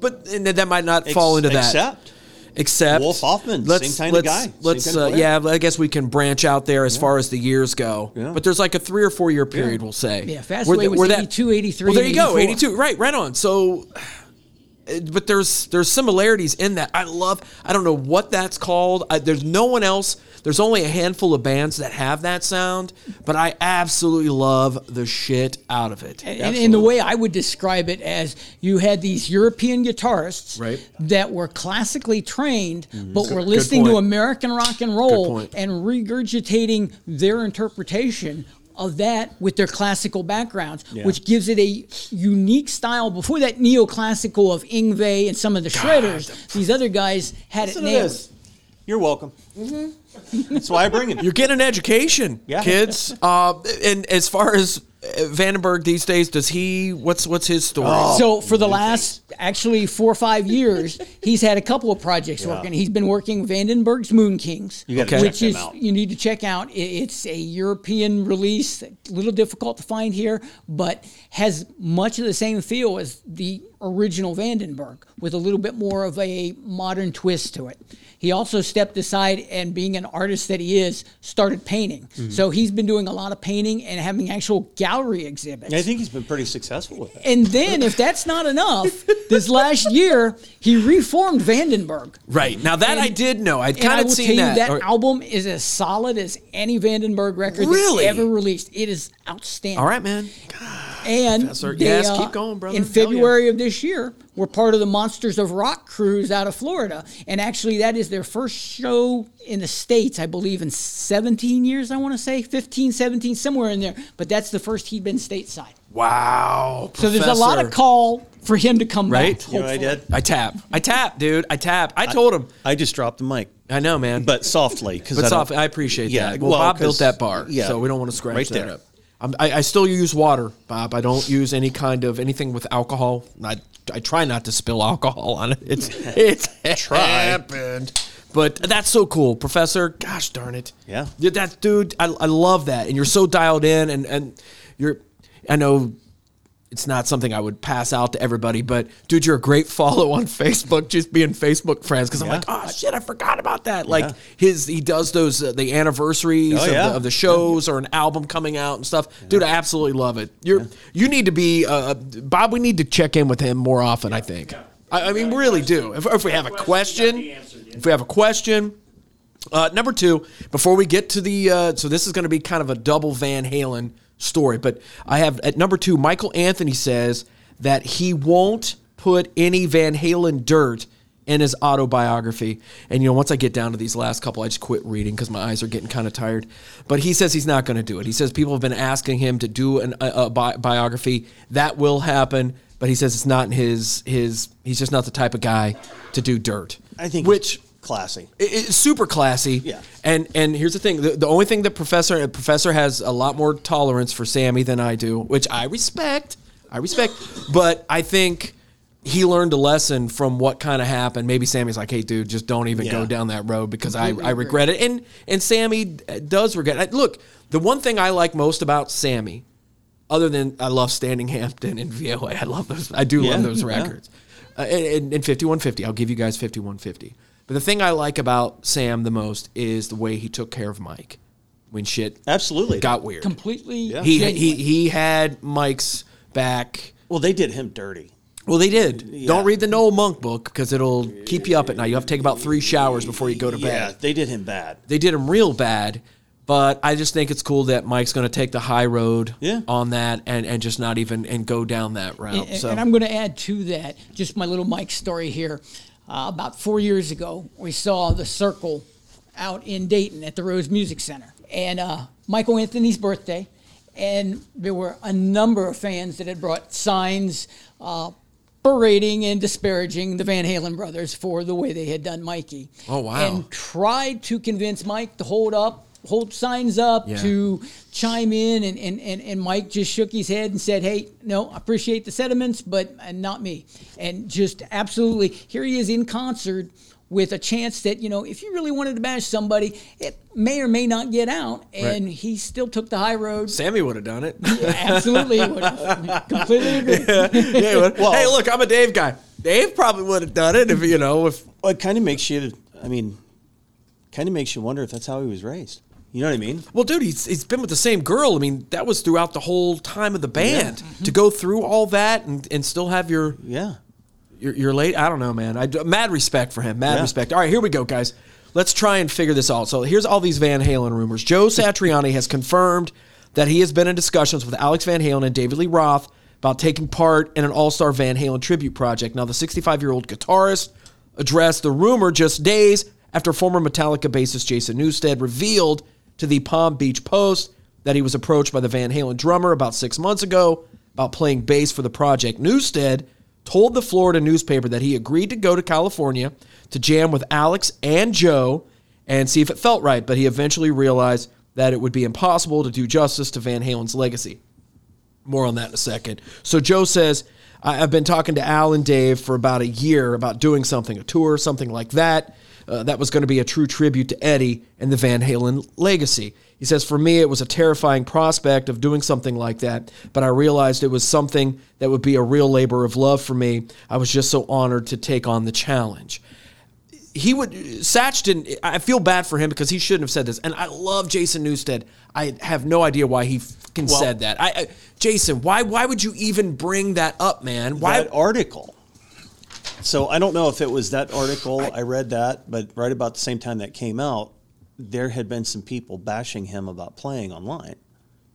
A: but and that might not fall into that
B: Except
A: except
B: Wolf Hoffman,
A: Let's,
B: same kind of
A: let's-
B: guy, same
A: Let's
B: kind of
A: uh,
B: player.
A: yeah, I guess we can branch out there as far as the years go. But there's like a three or four year period, we'll say.
E: Yeah, Fastway
A: Where the-
E: was
A: where that-
E: 82, 83,
A: Well, there you go,
E: 84.
A: 82. Right, right on. So, uh, but there's there's similarities in that. I love. I don't know what that's called. I, there's no one else. There's only a handful of bands that have that sound, but I absolutely love the shit out of it.
E: And, and the way I would describe it as you had these European guitarists
A: Right.
E: that were classically trained, but were listening to
A: point.
E: American rock and roll
A: point.
E: and regurgitating their interpretation of that with their classical backgrounds, which gives it a unique style. Before that neoclassical of Ingve and some of the shredders, these other guys had
B: Listen
E: it
B: to
E: nailed.
B: this. You're welcome.
A: Mm-hmm.
B: That's why I bring him.
A: You're getting an education,
B: Yeah.
A: kids. Uh, and as far as uh, Vandenberg these days, does he? What's what's his story?
E: So for the last actually four or five years, he's had a couple of projects working. He's been working Vandenberg's Moon Kings,
B: You gotta check
E: which
B: them
E: is
B: out.
E: you need to check out. I- It's a European release, a little difficult to find here, but has much of the same feel as the original Vandenberg, with a little bit more of a modern twist to it. He also stepped aside and, being an artist that he is, started painting.
B: Mm-hmm.
E: So he's been doing a lot of painting and having actual gallery exhibits.
B: I think he's been pretty successful with that.
E: And then, if that's not enough, this last year he reformed Vandenberg.
A: right now that I
E: And-
A: did know, I'd
E: And I
A: kind
E: will
A: of
E: tell
A: seen
E: you
A: that.
E: that,
A: Or-
E: album is as solid as any Vandenberg record
A: Really?
E: that's ever released. It is outstanding.
A: All right, man.
E: and
A: Professor,
E: they,
A: yes,
E: uh,
A: keep going, brother.
E: In
A: Hell yeah.
E: February of this year, we're part of the Monsters of Rock cruise out of Florida, and actually, that is their first show in the states, I believe, in 17 years. I want to say 15, 17, somewhere in there. But that's the first he'd been stateside.
A: Wow.
E: So there's a lot of
A: Professor.
E: call for him to come
A: Right?
E: back.
B: You know what I
E: hopefully.
B: did?
A: I tap. I tap, dude. I tap. I told him.
B: I just dropped the mic,
A: I know, man.
B: but softly. 'cause
A: but
B: I don't-
A: soft. I appreciate
B: Yeah,
A: that. Well,
B: well,
A: Bob built
B: 'cause-
A: that bar,
B: yeah.
A: so we don't want to scratch
B: Right
A: that
B: there.
A: up. I'm, I, I still use water, Bob. I don't use any kind of anything with alcohol. I, I try not to spill alcohol on it. It's it's happened, but that's so cool, Professor. Gosh darn it!
B: Yeah.
A: that dude. I, I love that, and you're so dialed in, and and you're. I know it's not something I would pass out to everybody, but dude, you're a great follow on Facebook, just being Facebook friends. Cause I'm like, oh shit, I forgot about that. Like
B: Yeah.
A: his, he does those, uh, the anniversaries
B: Oh,
A: of,
B: yeah.
A: the, of the shows or an album coming out and stuff. Dude, I absolutely love it. You're, you need to be, uh, Bob, we need to check in with him more often, I think. I, I mean, we really do. If, if we have a
F: Question,
A: question,
F: you got the answer, yeah.
A: if we have a question, uh, number two, before we get to the, uh, so this is going to be kind of a double Van Halen story. But I have at number two, Michael Anthony says that he won't put any Van Halen dirt in his autobiography. And you know, once I get down to these last couple, I just quit reading because my eyes are getting kind of tired. But he says he's not going to do it. He says people have been asking him to do an, a, a bi- biography. That will happen, but he says it's not in his his. He's just not the type of guy to do dirt.
B: I think
A: which
B: classy.
A: it- it's super classy.
B: Yeah.
A: And and here's the thing: the, the only thing that professor professor has a lot more tolerance for Sammy than I do, which I respect. I respect, but I think he learned a lesson from what kind of happened. Maybe Sammy's like, "Hey, dude, just don't even go
B: Yeah.
A: down that road because I,
E: Completely
A: I
E: agree.
A: regret it." And and Sammy d- does regret it. Look, the one thing I like most about Sammy, other than I love Standing Hampton and VOA, I love those. I do
B: Yeah,
A: love those
B: yeah.
A: records. Uh, and, and, and 5150, I'll give you guys 5150. But the thing I like about Sam the most is the way he took care of Mike when shit
B: Absolutely.
A: got weird.
E: completely.
A: He,
E: genuine.
A: he, he had Mike's back.
B: Well, they did him dirty.
A: Well, they did. Don't read the Noel Monk book because it'll keep you up at night. You have to take about three showers before you go to
B: yeah,
A: bed.
B: they did him bad.
A: They did him real bad, but I just think it's cool that Mike's going to take the high road
B: Yeah.
A: on that and, and just not even and go down that route.
E: And,
A: so
E: and I'm going to add to that just my little Mike story here. Uh, about four years ago, we saw the Circle out in Dayton at the Rose Music Center, and uh, Michael Anthony's birthday, and there were a number of fans that had brought signs. Uh, Berating and disparaging the Van Halen brothers for the way they had done Mikey.
A: Oh, wow.
E: And tried to convince Mike to hold up, hold signs up,
A: Yeah.
E: to chime in and, and, and, and Mike just shook his head and said, Hey, no, I appreciate the sentiments, but uh, not me. And just absolutely, here he is in concert with a chance that, you know, if you really wanted to bash somebody, it may or may not get out. And he still took the high road.
A: Sammy would have done it.
E: Absolutely. he would've. Completely agree.
A: Yeah, he would.
B: Well-
A: hey, look, I'm a Dave guy. Dave probably would have done it if you know if
B: Well, it kind of makes you. I mean, kind of makes you wonder if that's how he was raised. You know what I mean?
A: Well, dude, he's, he's been with the same girl. I mean, that was throughout the whole time of the band to go through all that and, and still have your
B: Yeah.
A: your, your late. I don't know, man. I d- mad respect for him. Mad
B: Yeah.
A: respect. All right, here we go, guys. Let's try and figure this out. So here's all these Van Halen rumors. Joe Satriani has confirmed that he has been in discussions with Alex Van Halen and David Lee Roth about taking part in an all-star Van Halen tribute project. Now, the 65-year-old guitarist addressed the rumor just days after former Metallica bassist Jason Newsted revealed to the Palm Beach Post that he was approached by the Van Halen drummer about six months ago about playing bass for the project. Newstead told the Florida newspaper that he agreed to go to California to jam with Alex and Joe and see if it felt right, but he eventually realized that it would be impossible to do justice to Van Halen's legacy. More on that in a second. So Joe says, I- I've been talking to Al and Dave for about a year about doing something, a tour, something like that. Uh, that was going to be a true tribute to Eddie and the Van Halen legacy. He says, For me, it was a terrifying prospect of doing something like that, but I realized it was something that would be a real labor of love for me. I was just so honored to take on the challenge he would Satch didn't. I feel bad for him because he shouldn't have said this. And I love Jason Newstead. I have no idea why he fucking said that. I, I Jason, why why would you even bring that up, man? Why?
B: that article. So I don't know if it was that article I, read that, but right about the same time that came out, there had been some people bashing him about playing online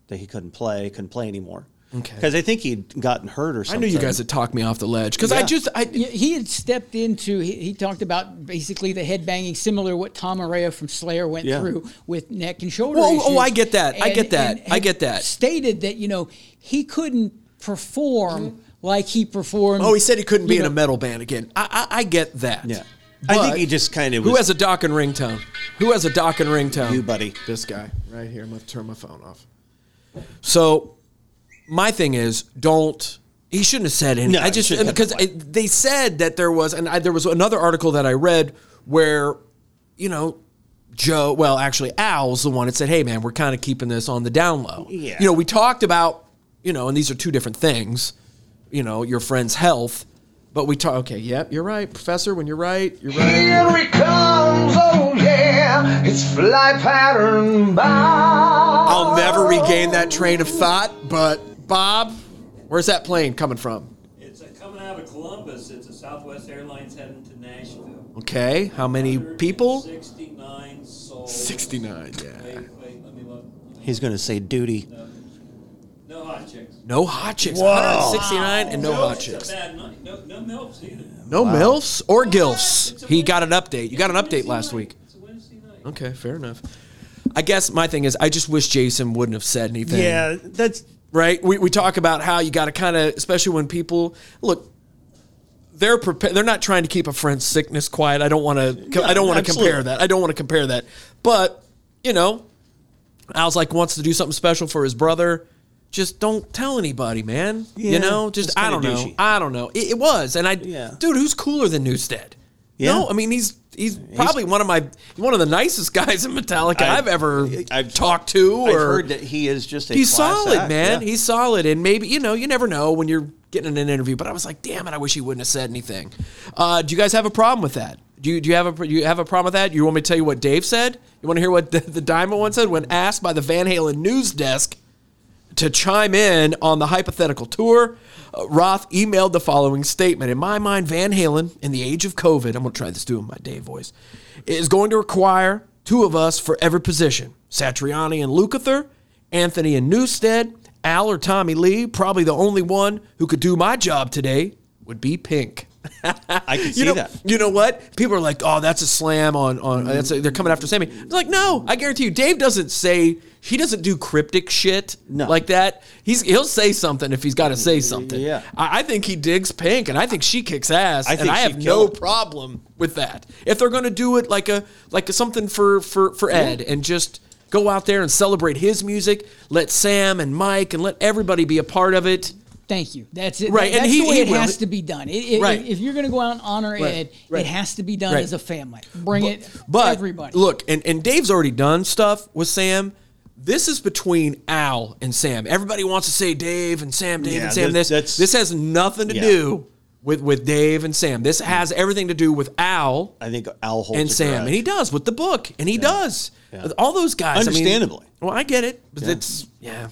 B: that he couldn't play, couldn't play anymore.
A: Okay.
B: Because I think he'd gotten hurt or
A: I
B: something.
A: knew you guys had talked me off the ledge because I
B: Yeah.
A: just I
E: Yeah, Uh, he had stepped into. He, he talked about basically the head banging, similar to what Tom Araya from Slayer went
B: Yeah.
E: through with neck and shoulder.
A: Whoa, oh,
E: issues.
A: I get that. I get that. I
E: had
A: get that.
E: Stated that you know he couldn't perform like he performed.
A: Mm-hmm. oh he said he couldn't be
E: you
A: in a
E: know,
A: metal band again. I I, I get that.
B: Yeah. I think
A: But
B: he just kind of
A: Who has
B: was
A: a dock and ringtone? Who has a dock and ringtone?
B: you, buddy.
A: This guy right here. I'm gonna turn my phone off. So my thing is, don't. He shouldn't have said anything.
B: No,
A: I
B: he
A: just
B: shouldn't have.
A: because it, they said that there was, and I, there was another article that I read where, you know, Joe. Well, actually, Al's the one that said, "Hey, man, we're kind of keeping this on the down low."
B: Yeah.
A: You know, we talked about, you know, and these are two different things. You know, your friend's health, but we talk. Okay, yep, you're right, Professor. When you're right, you're right.
D: Here it comes, oh yeah, it's fly pattern bound.
A: I'll never regain that train of thought. But Bob, where's that plane coming from?
F: It's a, coming out of Columbus. It's a Southwest Airlines heading to Nashville.
A: Okay, how many people?
F: 69 souls.
A: Sixty-nine.
F: Wait,
A: Yeah.
F: wait, let me look.
B: He's going to say duty.
F: No hot chicks.
A: No hot chicks.
B: Whoa.
A: 169 and no hot
F: It's a
A: chicks.
F: bad night. No, no milfs either.
A: No MILFs or GILFs.
F: It's a
A: He
F: Wednesday-
A: got an update. You got an
F: it's a
A: update
F: Wednesday
A: last
F: night.
A: week.
F: It's a Wednesday night.
A: Okay, fair enough. I guess my thing is, I just wish Jason wouldn't have said anything.
B: Yeah, that's
A: Right? We, we talk about how you got to kind of, especially when people look, they're prepared. They're not trying to keep a friend's sickness quiet. I don't want to. I don't want to
B: absolutely.
A: compare that. I don't want to compare that. But you know, I was like wants to do something special for his brother. Just don't tell anybody, man.
B: Yeah,
A: you know, just
B: it's
A: I
B: kinda
A: don't know.
B: douchey.
A: I don't know. It, it was, and I,
B: Yeah.
A: dude, who's cooler than Newstead?
B: Yeah.
A: No, I mean he's he's probably one of my one of the nicest guys in Metallica I,
B: I-
A: have ever
B: I've-
A: talked to. Or
B: I've heard that he is just a
A: he's
B: class
A: solid,
B: act,
A: man.
B: yeah.
A: He's solid, and maybe you know, you never know when you're getting in an interview. But I was like, damn it, I wish he wouldn't have said anything. Uh, do you guys have a problem with that? Do you, do you have a do you have a problem with that? You want me to tell you what Dave said? You want to hear what the, the Diamond one said when asked by the Van Halen news desk to chime in on the hypothetical tour? uh, Roth emailed the following statement: In my mind, Van Halen, in the age of COVID, I'm going to try this too in my Dave voice, is going to require two of us for every position: Satriani and Lukather. Anthony and Newstead, Al or Tommy Lee, probably the only one who could do my job today would be Pink.
B: I can see
A: You know,
B: that.
A: you know what? People are like, "Oh, that's a slam on on." That's a, they're coming after Sammy. It's like, no, I guarantee you, Dave doesn't say he doesn't do cryptic shit
B: No.
A: like that. He's he'll say something if he's got to say something.
B: Yeah.
A: I, I think he digs Pink, and I think she kicks ass,
B: I
A: and
B: think
A: I
B: she'd
A: have
B: kill
A: no
B: it.
A: problem with that. If they're going to do it like a like something for for for Ed and just go out there and celebrate his music, let Sam and Mike and let everybody be a part of it.
E: Thank you. That's it.
A: Right,
E: That's
A: and he-
E: the way
A: he
E: it
A: will.
E: has to be done. It, it,
A: Right.
E: If you're going to go out and honor it,
A: right.
E: it has to be done
A: Right.
E: as a family. Bring it,
A: But
E: everybody.
A: look, and, and Dave's already done stuff with Sam. This is between Al and Sam. Everybody wants to say Dave and Sam, Dave
B: Yeah,
A: and Sam.
B: that-
A: This
B: that's-
A: this has nothing to
B: Yeah.
A: do with with Dave and Sam. This has everything to do with Al
B: I think Al holds
A: and
B: a
A: Sam,
B: grudge.
A: and he does with the book, and he does
B: Yeah.
A: all those guys. I mean-
B: Understandably.
A: well, I get it, but it's yeah.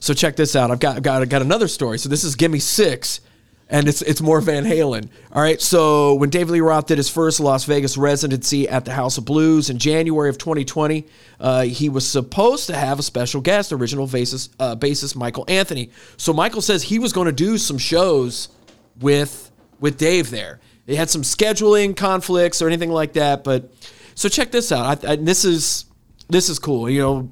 A: So check this out. I've got I've got I got another story. So this is Gimme Six, and it's it's more Van Halen. All right. So when David Lee Roth did his first Las Vegas residency at the House of Blues in January of 2020, uh, he was supposed to have a special guest, original bassist, uh, bassist Michael Anthony. So Michael says he was going to do some shows with with Dave there. They had some scheduling conflicts or anything like that. But so check this out. I, I, and this is this is cool. You know,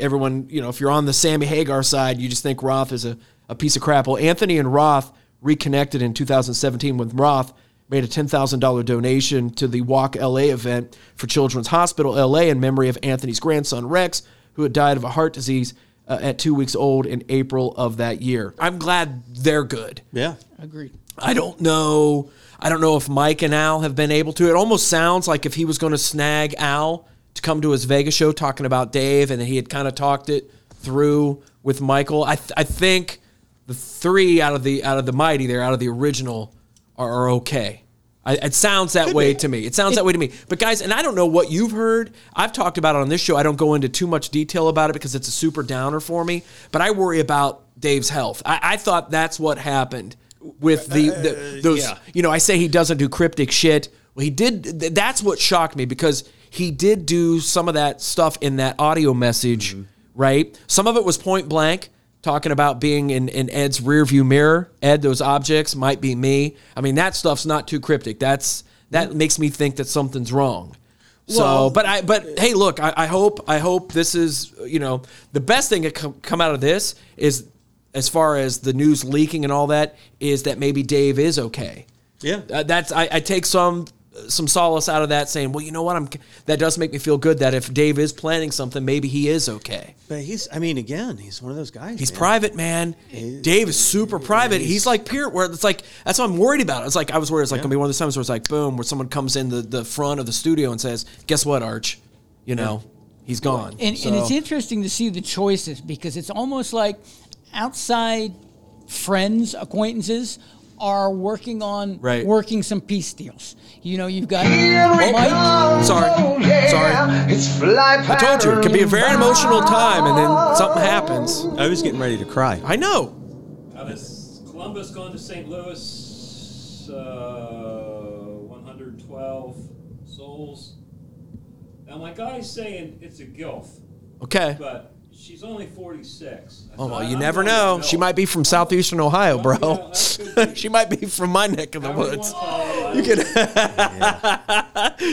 A: everyone, you know, if you're on the Sammy Hagar side, you just think Roth is a, a piece of crap. Well, Anthony and Roth reconnected in 2017 when Roth made a $10,000 donation to the Walk LA event for Children's Hospital LA in memory of Anthony's grandson, Rex, who had died of a heart disease uh, at two weeks old in April of that year. I'm glad they're good.
B: yeah.
E: Agreed.
A: I don't know. I don't know if Mike and Al have been able to. It almost sounds like if he was going to snag Al to come to his Vegas show talking about Dave, and he had kind of talked it through with Michael. I th- I think the three out of the out of the mighty there, out of the original, are, are okay. I, it sounds that way to me. It sounds that way to me. But guys, and I don't know what you've heard. I've talked about it on this show. I don't go into too much detail about it because it's a super downer for me. But I worry about Dave's health. I, I thought that's what happened with the, the those
B: yeah.
A: you know i say he doesn't do cryptic shit well he did th- that's what shocked me because he did do some of that stuff in that audio message right some of it was point blank talking about being in, in ed's rear view mirror ed those objects might be me i mean that stuff's not too cryptic that's that makes me think that something's wrong so,
B: Well-
A: but I, but hey, look, I, I hope, I hope this is, you know, the best thing to come, come out of this is, as far as the news leaking and all that, is that maybe Dave is okay.
B: Yeah.
A: Uh, that's I, I take some some solace out of that, saying, well, you know what, I'm that does make me feel good that if Dave is planning something, maybe he is okay.
B: But he's I mean again, he's one of those guys.
A: He's
B: man.
A: private, man. Dave is super private. He's like Pierre, where it's like that's what I'm worried about. It's like I was worried. It's like gonna be one of those times where it's like boom, where someone comes in the, the front of the studio and says, "Guess what, Arch? You know, he's gone."
E: And, and it's
A: So-
E: interesting to see the choices because it's almost like outside friends, acquaintances are working on
A: Right.
E: working some peace deals. You know, you've got
D: Here it
E: Mike.
D: comes,
A: Sorry.
D: oh yeah,
A: Sorry.
D: it's fly
A: I told you it could be a very
D: pattern.
A: emotional time, and then something happens.
B: I was getting ready to cry.
A: I know.
F: Now this Columbus going to St. Louis, uh, 112 souls. Now my guy's saying it's a gilf,
A: Okay.
F: but She's only 46.
A: Oh,
F: So
A: well,
F: I-
A: you
F: I'm
A: never
F: not in the
A: know.
F: middle.
A: She might be from southeastern Ohio,
F: Well,
A: bro.
F: yeah, that could be.
A: she might be from my neck of the
F: However you
A: woods.
F: wanna call it,
A: You could,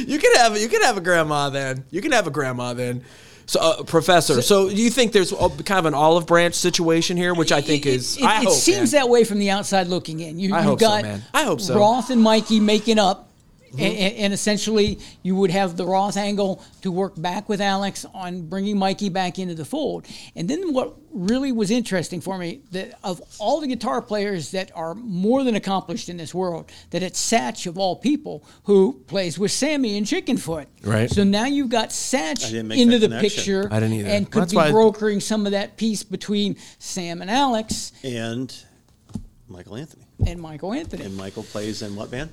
A: you could have, you could have a grandma then. You can have a grandma then. So, uh, professor. So, do you think there's a, kind of an olive branch situation here, which I think
E: It-
A: is?
E: It,
A: I
E: it
A: hope,
E: seems
A: man.
E: that way from the outside looking in. You,
A: I
E: you
A: hope so,
E: got
A: man. I hope so. Mm-hmm.
E: Roth and Mikey making up, a- a- and, essentially you would have the Roth angle to work back with Alex on bringing Mikey back into the fold. And then what really was interesting for me that of all the guitar players that are more than accomplished in this world, that it's Satch of all people who plays with Sammy and Chickenfoot.
A: Right.
E: So now you've got
B: I
E: Satch
B: didn't make
E: into
B: that
E: the
B: connection.
E: picture
A: I didn't either.
E: and could
A: That's
E: be
A: why I-
E: brokering some of that peace between Sam and Alex
B: and Michael Anthony.
E: and Michael Anthony.
B: And Michael plays in what band?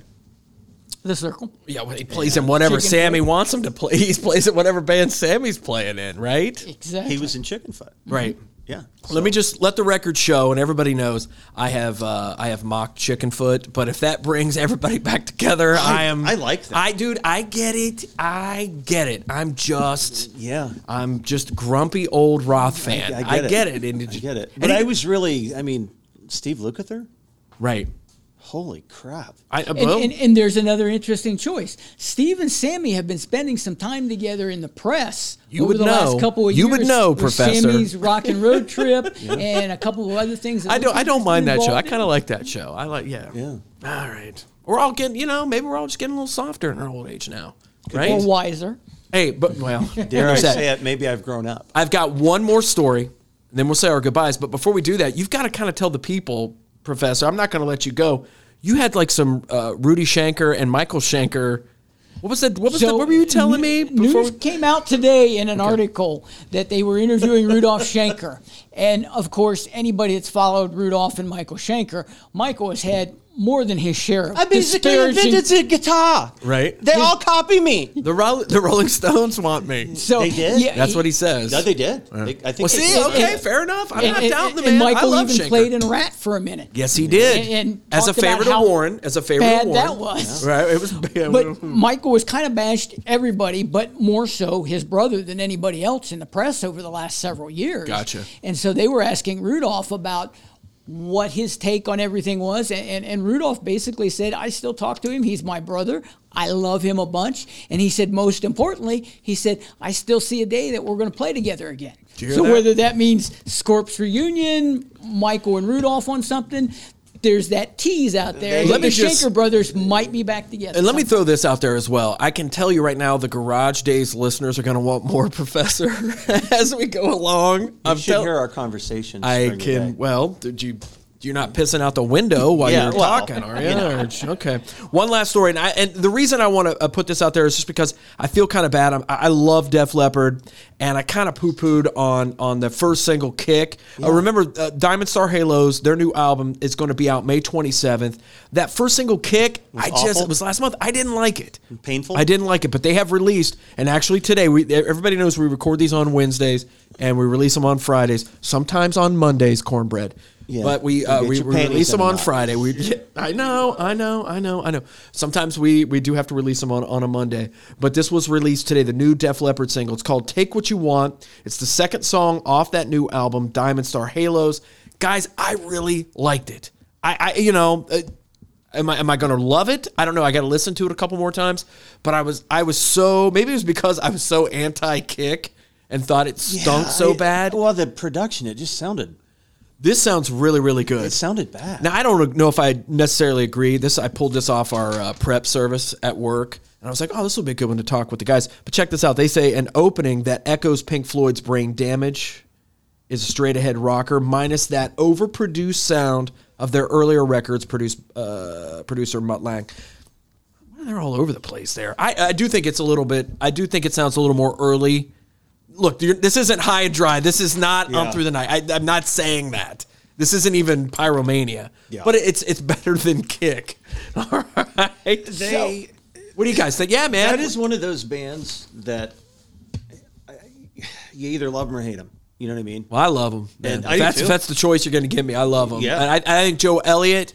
E: the circle.
A: Yeah, well, he plays in whatever
E: Chicken
A: Sammy
E: foot.
A: wants him to play. He plays in whatever band Sammy's playing in, right?
E: Exactly.
B: He was in Chicken Foot.
A: Right.
B: Yeah.
A: Let me just let the record show, and everybody knows I have uh, I have mocked Chickenfoot, but if that brings everybody back together, I,
B: I-
A: am
B: I like that.
A: I dude, I get it, I get it. I'm just
B: Yeah.
A: I'm just grumpy old Roth fan.
B: I
A: I
B: get,
A: get,
B: it.
A: it. and
B: I
A: it-
B: get it.
A: and
B: But
A: he-
B: I was really, I mean, Steve Lukather?
A: right.
B: Holy crap.
A: I, uh,
E: and,
A: well,
E: and, and there's another interesting choice. Steve and Sammy have been spending some time together in the press
A: You
E: over
A: would
E: the
A: know.
E: last couple of
A: You
E: years.
A: would know,
E: with
A: Professor.
E: Sammy's rock and road trip and a couple of other things. that
A: I don't I don't mind that show. I
E: involved in.
A: kind of like that show. I like yeah.
B: Yeah.
A: All right. We're all getting you know maybe we're all just getting a little softer in our old age now, right?
E: Or wiser.
A: hey, but well,
B: Dare I
A: there's that.
B: say it? Maybe I've grown up.
A: I've got one more story, and then we'll say our goodbyes. But before we do that, you've got to kind of tell the people, Professor. I'm not going to let you go. You had like some uh, Rudy Shanker and Michael Shanker. What was that? What was that? What were you telling me?
E: n- News came out today in an article that they were interviewing Rudolph Schenker. And of course, anybody that's followed Rudolph and Michael Schenker, Michael has had more than his share of disparaging-
B: a guitar.
A: Right.
B: They all copy me.
A: the Ro- the Rolling Stones want me.
E: So
B: They did?
E: Yeah,
A: That's what he says.
B: No, they did. They- I think
A: Well,
B: they
A: see,
B: did.
A: okay,
E: and-
A: fair enough. I'm
E: and,
A: not
E: and-
A: doubting the
E: and
A: man.
E: Michael
A: I love
E: even
A: Shanker.
E: played in Rat for a minute.
A: yes, he did.
E: And- and
A: as a
E: talked about
A: favorite of
E: how
A: Warren, as a favorite
E: bad
A: of Warren.
E: that was.
A: Right. It was bad.
E: But Michael was kind of bashed everybody, but more so his brother than anybody else in the press over the last several years.
A: Gotcha.
E: And so they were asking Rudolph about what his take on everything was. And, and, and Rudolph basically said, I still talk to him. He's my brother. I love him a bunch. And he said, most importantly, he said, I still see a day that we're going to play together again.
A: hear
E: So
A: that?
E: whether that means Scorp's reunion, Michael and Rudolph on something, there's that tease out there.
A: Let
E: Let
A: me
E: the
A: just-
E: Shaker brothers might be back together.
A: And let me
E: sometime.
A: throw this out there as well. I can tell you right now, the Garage Days listeners are going to want more Professor as we go along.
B: You
A: I'm
B: should
A: tell-
B: hear our conversations.
A: I
B: during the
A: can.
B: day.
A: Well, did you? You're not pissing out the window while
B: Yeah,
A: you're
B: well,
A: talking, are you?
B: you know.
A: Or- Okay. One last story, and I, and the reason I want to uh, put this out there is just because I feel kind of bad. I'm, I I love Def Leppard, and I kind of poo pooed on on the first single, "Kick." Uh, remember, uh, Diamond Star Halos, their new album is going to be out May 27th. That first single, "Kick," I just
B: awful. Mm-hmm.
A: it was last month. I didn't like it.
B: Painful?
A: I didn't like it, but they have released, and actually today, we everybody knows we record these on Wednesdays and we release them on Fridays, sometimes on Mondays, cornbread.
B: Yeah.
A: But we
B: You
A: uh,
B: get
A: we,
B: your
A: we
B: panties
A: release them
B: in a
A: on
B: knot.
A: Friday. We, yeah, I know, I know, I know, I know. Sometimes we, we do have to release them on, on a Monday. But this was released today, the new Def Leppard single. It's called Take What You Want. It's the second song off that new album, Diamond Star Halos. Guys, I really liked it. I, I you know, uh, Am I am I gonna love it? I don't know. I gotta listen to it a couple more times. But I was I was so maybe it was because I was so anti kick and thought it stunk
B: Yeah,
A: so
B: I-
A: bad.
B: Well, the production, it just sounded,
A: This sounds really really good.
B: it sounded bad.
A: Now I don't know if I necessarily agree. This I pulled this off our uh, prep service at work, and I was like, "Oh, this will be a good one to talk with the guys." But check this out. They say an opening that echoes Pink Floyd's "Brain Damage" is a straight ahead rocker, minus that overproduced sound of their earlier records. Produced uh, producer Mutt Lang. They're all over the place. There, I, I do think it's a little bit. I do think it sounds a little more early. Look, you're- this isn't high and dry. This is not
B: Yeah.
A: on through the night. I, I'm not saying that. This isn't even pyromania.
B: Yeah.
A: But it's it's better than kick. All right.
B: They-
A: what do you guys think? Yeah, man.
B: That is one of those bands that you either love them or hate them. You know what I mean?
A: Well, I love them.
B: And I do
A: that's
B: too.
A: that's the choice you're going to give me. I love them.
B: Yeah.
A: And I, I think Joe Elliott.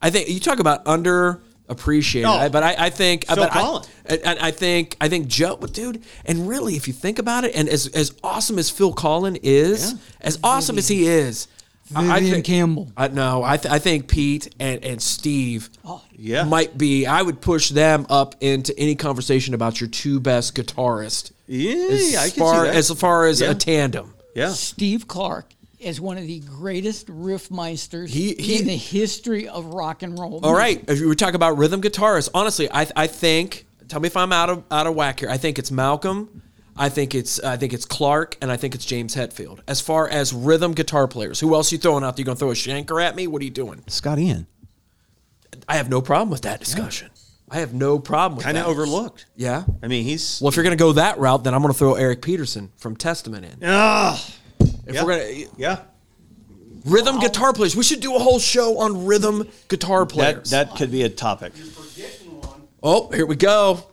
A: I think you talk about under appreciate
B: No.
A: it. I- But I, I think,
B: Phil
A: but I-
B: Collin.
A: and and I think, I think Joe, but dude, and really, if you think about it, and as as awesome as Phil Collin is, as awesome as he is, I, I
E: Vivian
A: think-
E: Campbell.
A: I no, I th- I think Pete and and Steve.
B: Oh, Yeah.
A: Might be. I would push them up into any conversation about your two best guitarists.
B: Yeah,
A: as
B: I can see
A: far
B: that.
A: as far as
B: Yeah.
A: a tandem.
B: Yeah.
E: Steve Clark is one of the greatest riffmeisters
A: He- he-
E: in the history of rock and roll.
A: All right, if you were talking about rhythm guitarists, honestly, I I think. Tell me if I'm out of out of whack here. I think it's Malcolm. I think it's I think it's Clark, and I think it's James Hetfield. As far as rhythm guitar players, who else you throwing out? there? You gonna throw a shanker at me? What are you doing?
B: Scott Ian.
A: I have no problem with that discussion. I have no problem with
B: Kind of
A: that.
B: overlooked.
A: Yeah.
B: I mean, he's.
A: Well, if you're gonna go that route, then I'm gonna throw Eric Peterson from Testament in.
B: Ah,
A: If
B: yeah.
A: we're gonna
B: yeah.
A: rhythm guitar players, we should do a whole show on rhythm guitar
B: That,
A: players.
B: that could be a topic.
G: Forgetting one.
A: oh, here we go.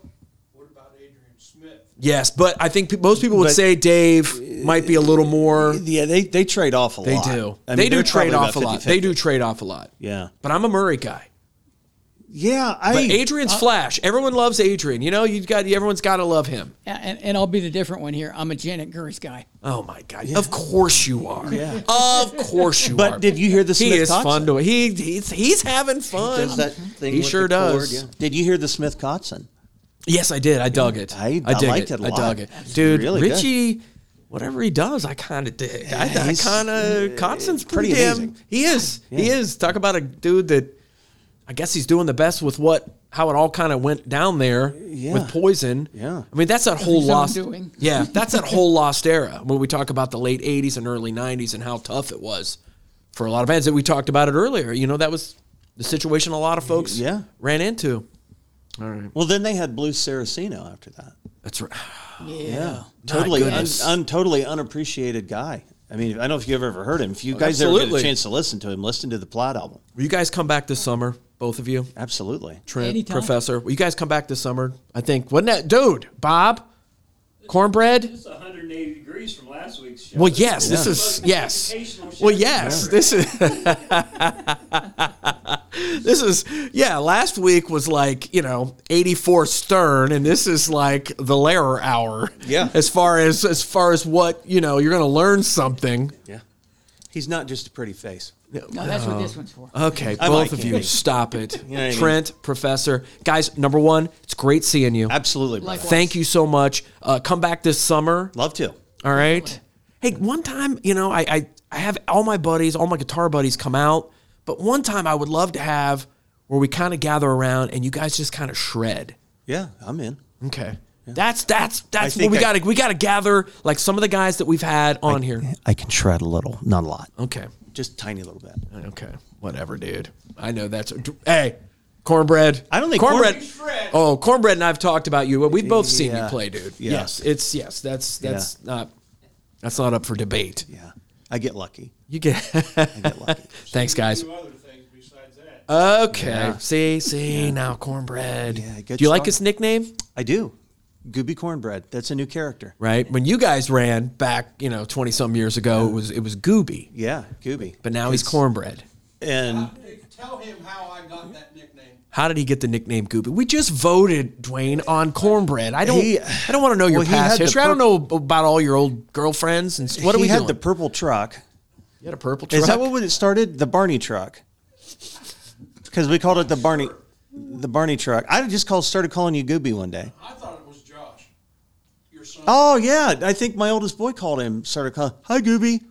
G: What about Adrian Smith?
A: Yes, but I think pe- most people would
B: But-
A: say Dave might be a little more.
B: Yeah, they, they trade off a
A: They
B: lot.
A: do.
B: I mean,
A: they do
B: they're
A: trade
B: probably
A: off a
B: about
A: lot. They
B: 50-50.
A: do trade off a lot.
B: Yeah.
A: But I'm a Murray guy.
B: Yeah. I.
A: But
B: uh,
A: Adrian's flash. Everyone loves Adrian. You know, you got everyone's got to love him.
E: And, and I'll be the different one here. I'm a Janet Gers guy.
A: Oh my God! Of course you are. Of course you are.
B: but did you hear the
A: He
B: Smith
A: is
B: Cox?
A: fun to. He he's, he's having fun.
H: does that thing
A: he
H: with
A: sure
H: the cord,
A: does.
H: yeah.
B: Did you hear the Smith Coxon?
A: Yes, I did. I dug it.
B: I- I
A: dig
B: liked it a
A: I
B: lot.
A: dug it,
B: That's
A: dude.
B: really good.
A: Richie, whatever he does, I kind of dig. I, I
B: he's-
A: kind of. Constant's pretty,
B: pretty
A: damn.
B: amazing.
A: He is. He is. Talk about a dude that. I guess he's doing the best with what how it all kind of went down there with poison.
B: Yeah.
A: I mean that's that whole
E: his own
A: lost.
E: doing.
A: Yeah, that's that whole lost era when we talk about the late '80s and early '90s and how tough it was for a lot of bands that we talked about it earlier. You know that was the situation a lot of folks
B: Yeah.
A: ran into.
B: Well, then they had Blue Saraceno after that.
A: That's right.
E: Yeah.
B: Totally, un,
A: goodness.
B: un, totally unappreciated guy. I mean, I don't know if you've ever heard him. If you guys ever get
A: absolutely.
B: a chance to listen to him, listen to the Platt album.
A: Will you guys come back this summer, both of you?
B: Absolutely.
A: Trent,
E: Anytime.
A: Professor. Will you guys come back this summer? I think. Wasn't that dude, Bob? Cornbread?
F: It's 180 degrees from last week's show.
A: Well, yes, this
B: Yeah.
A: is yes. Well, yes, this is this is yeah. Last week was like you know eighty four Stern, and this is like the Lehrer hour.
B: Yeah.
A: as far as as far as what you know, you're going to learn something.
B: Yeah. He's not just a pretty face.
E: No, that's
A: Oh.
E: what this one's for.
A: Okay,
B: I
A: both
B: like
A: of
B: him.
A: you, stop it,
B: know what I mean?
A: Trent, Professor, guys. Number one, it's great seeing you.
B: Absolutely. brother.
E: Likewise.
A: Thank you so much. Uh, come back this summer.
B: Love to.
A: All right. Hey, one time, you know, I, I I have all my buddies, all my guitar buddies come out, but one time I would love to have where we kind of gather around and you guys just kind of shred.
B: Yeah, I'm in.
A: Okay. That's that's that's what
B: think
A: we
B: I-
A: got to we got to gather like some of the guys that we've had on here.
B: I can shred a little, not a lot.
A: Okay.
B: Just tiny little bit.
A: Okay. Whatever, dude. I know that's hey, cornbread.
B: I don't think
A: cornbread.
B: corn-
A: oh, cornbread and I've talked about you. but We've both seen you
B: Yeah.
A: play, dude.
B: Yeah.
A: Yes, it's yes. That's that's not that's not up for debate.
B: Yeah. I get lucky.
A: You get.
B: I get lucky.
A: Thanks, guys.
G: Do other things besides that.
A: Okay. See, see now, cornbread.
B: Yeah,
A: Do you
B: good
A: like
B: stuff.
A: his nickname?
B: I do. Gooby Cornbread. That's a new character.
A: Right when you guys ran back, you know, twenty some years ago, it was it was Gooby,
B: Yeah, Gooby.
A: but now he's cornbread.
B: And
A: Uh,
G: Tell him how I got that nickname.
A: How did he get the nickname Gooby? We just voted Dwayne on cornbread. I don't.
B: He-
A: I don't want to know your
B: Well, he
A: past
B: had the
A: history. I don't know
B: purp-
A: about all your old girlfriends and s- what are
B: he
A: we
B: had
A: doing?
B: the purple truck.
A: you had a purple truck.
B: Is that what it started? The Barney truck. Because we called it the Barney, the Barney truck. I just called started calling you Gooby one day.
G: I thought it was Josh, your son.
B: Oh yeah, I think my oldest boy called him. Started calling, "Hi Gooby,"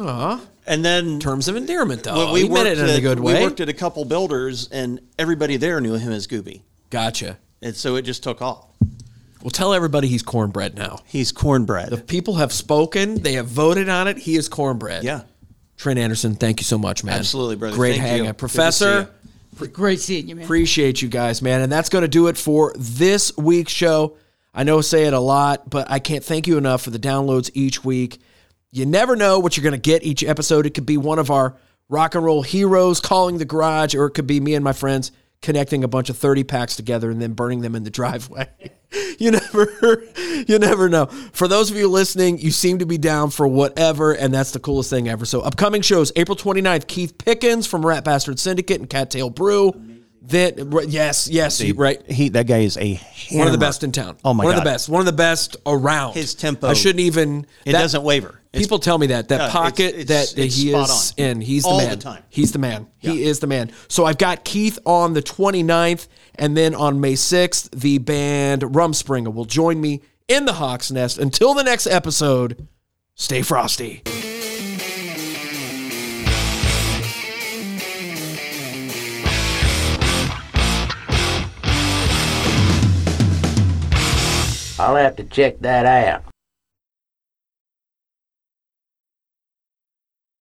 A: Aw,
B: and then
A: terms of endearment, though.
B: when we
A: Oh, he meant
B: worked
A: it in a
B: at-
A: good
B: We
A: way.
B: worked at a couple builders, and everybody there knew him as Gooby,
A: gotcha.
B: and so it just took off.
A: Well, tell everybody he's cornbread now.
B: He's cornbread.
A: The people have spoken. They have voted on it. He is cornbread.
B: yeah,
A: Trent Anderson, thank you so much, man.
B: Absolutely, brother.
A: Great
B: Thank you.
A: hangout.
B: Good to
A: Professor,
E: Great seeing you, man.
A: appreciate you guys, man. And that's going to do it for this week's show. I know I say it a lot, but I can't thank you enough for the downloads each week. You never know what you're going to get each episode. It could be one of our rock and roll heroes calling the garage, or it could be me and my friends connecting a bunch of 30 packs together and then burning them in the driveway. you never you never know. For those of you listening, you seem to be down for whatever and that's the coolest thing ever. So upcoming shows, April 29th, Keith Pickens from Rat Bastard Syndicate and Cattail Brew That right, yes, yes, you- right.
B: He that guy is a hammer.
A: One of the best in town.
B: Oh my
A: One
B: god,
A: of the best. One of the best around.
B: His tempo-
A: I shouldn't even.
B: It doesn't waver. It's-
A: people tell me that that
B: No, it's-
A: pocket
B: it's-
A: that that
B: it's
A: he
B: spot
A: is
B: on.
A: in. He's
B: All
A: the
B: the
A: man.
B: time.
A: He's the man. He
B: Yeah.
A: is the man. So I've got Keith on the 29th, and then on May 6th, the band Rumspringer will join me in the Hawk's Nest. Until the next episode, stay frosty.
H: I'll have to check that out.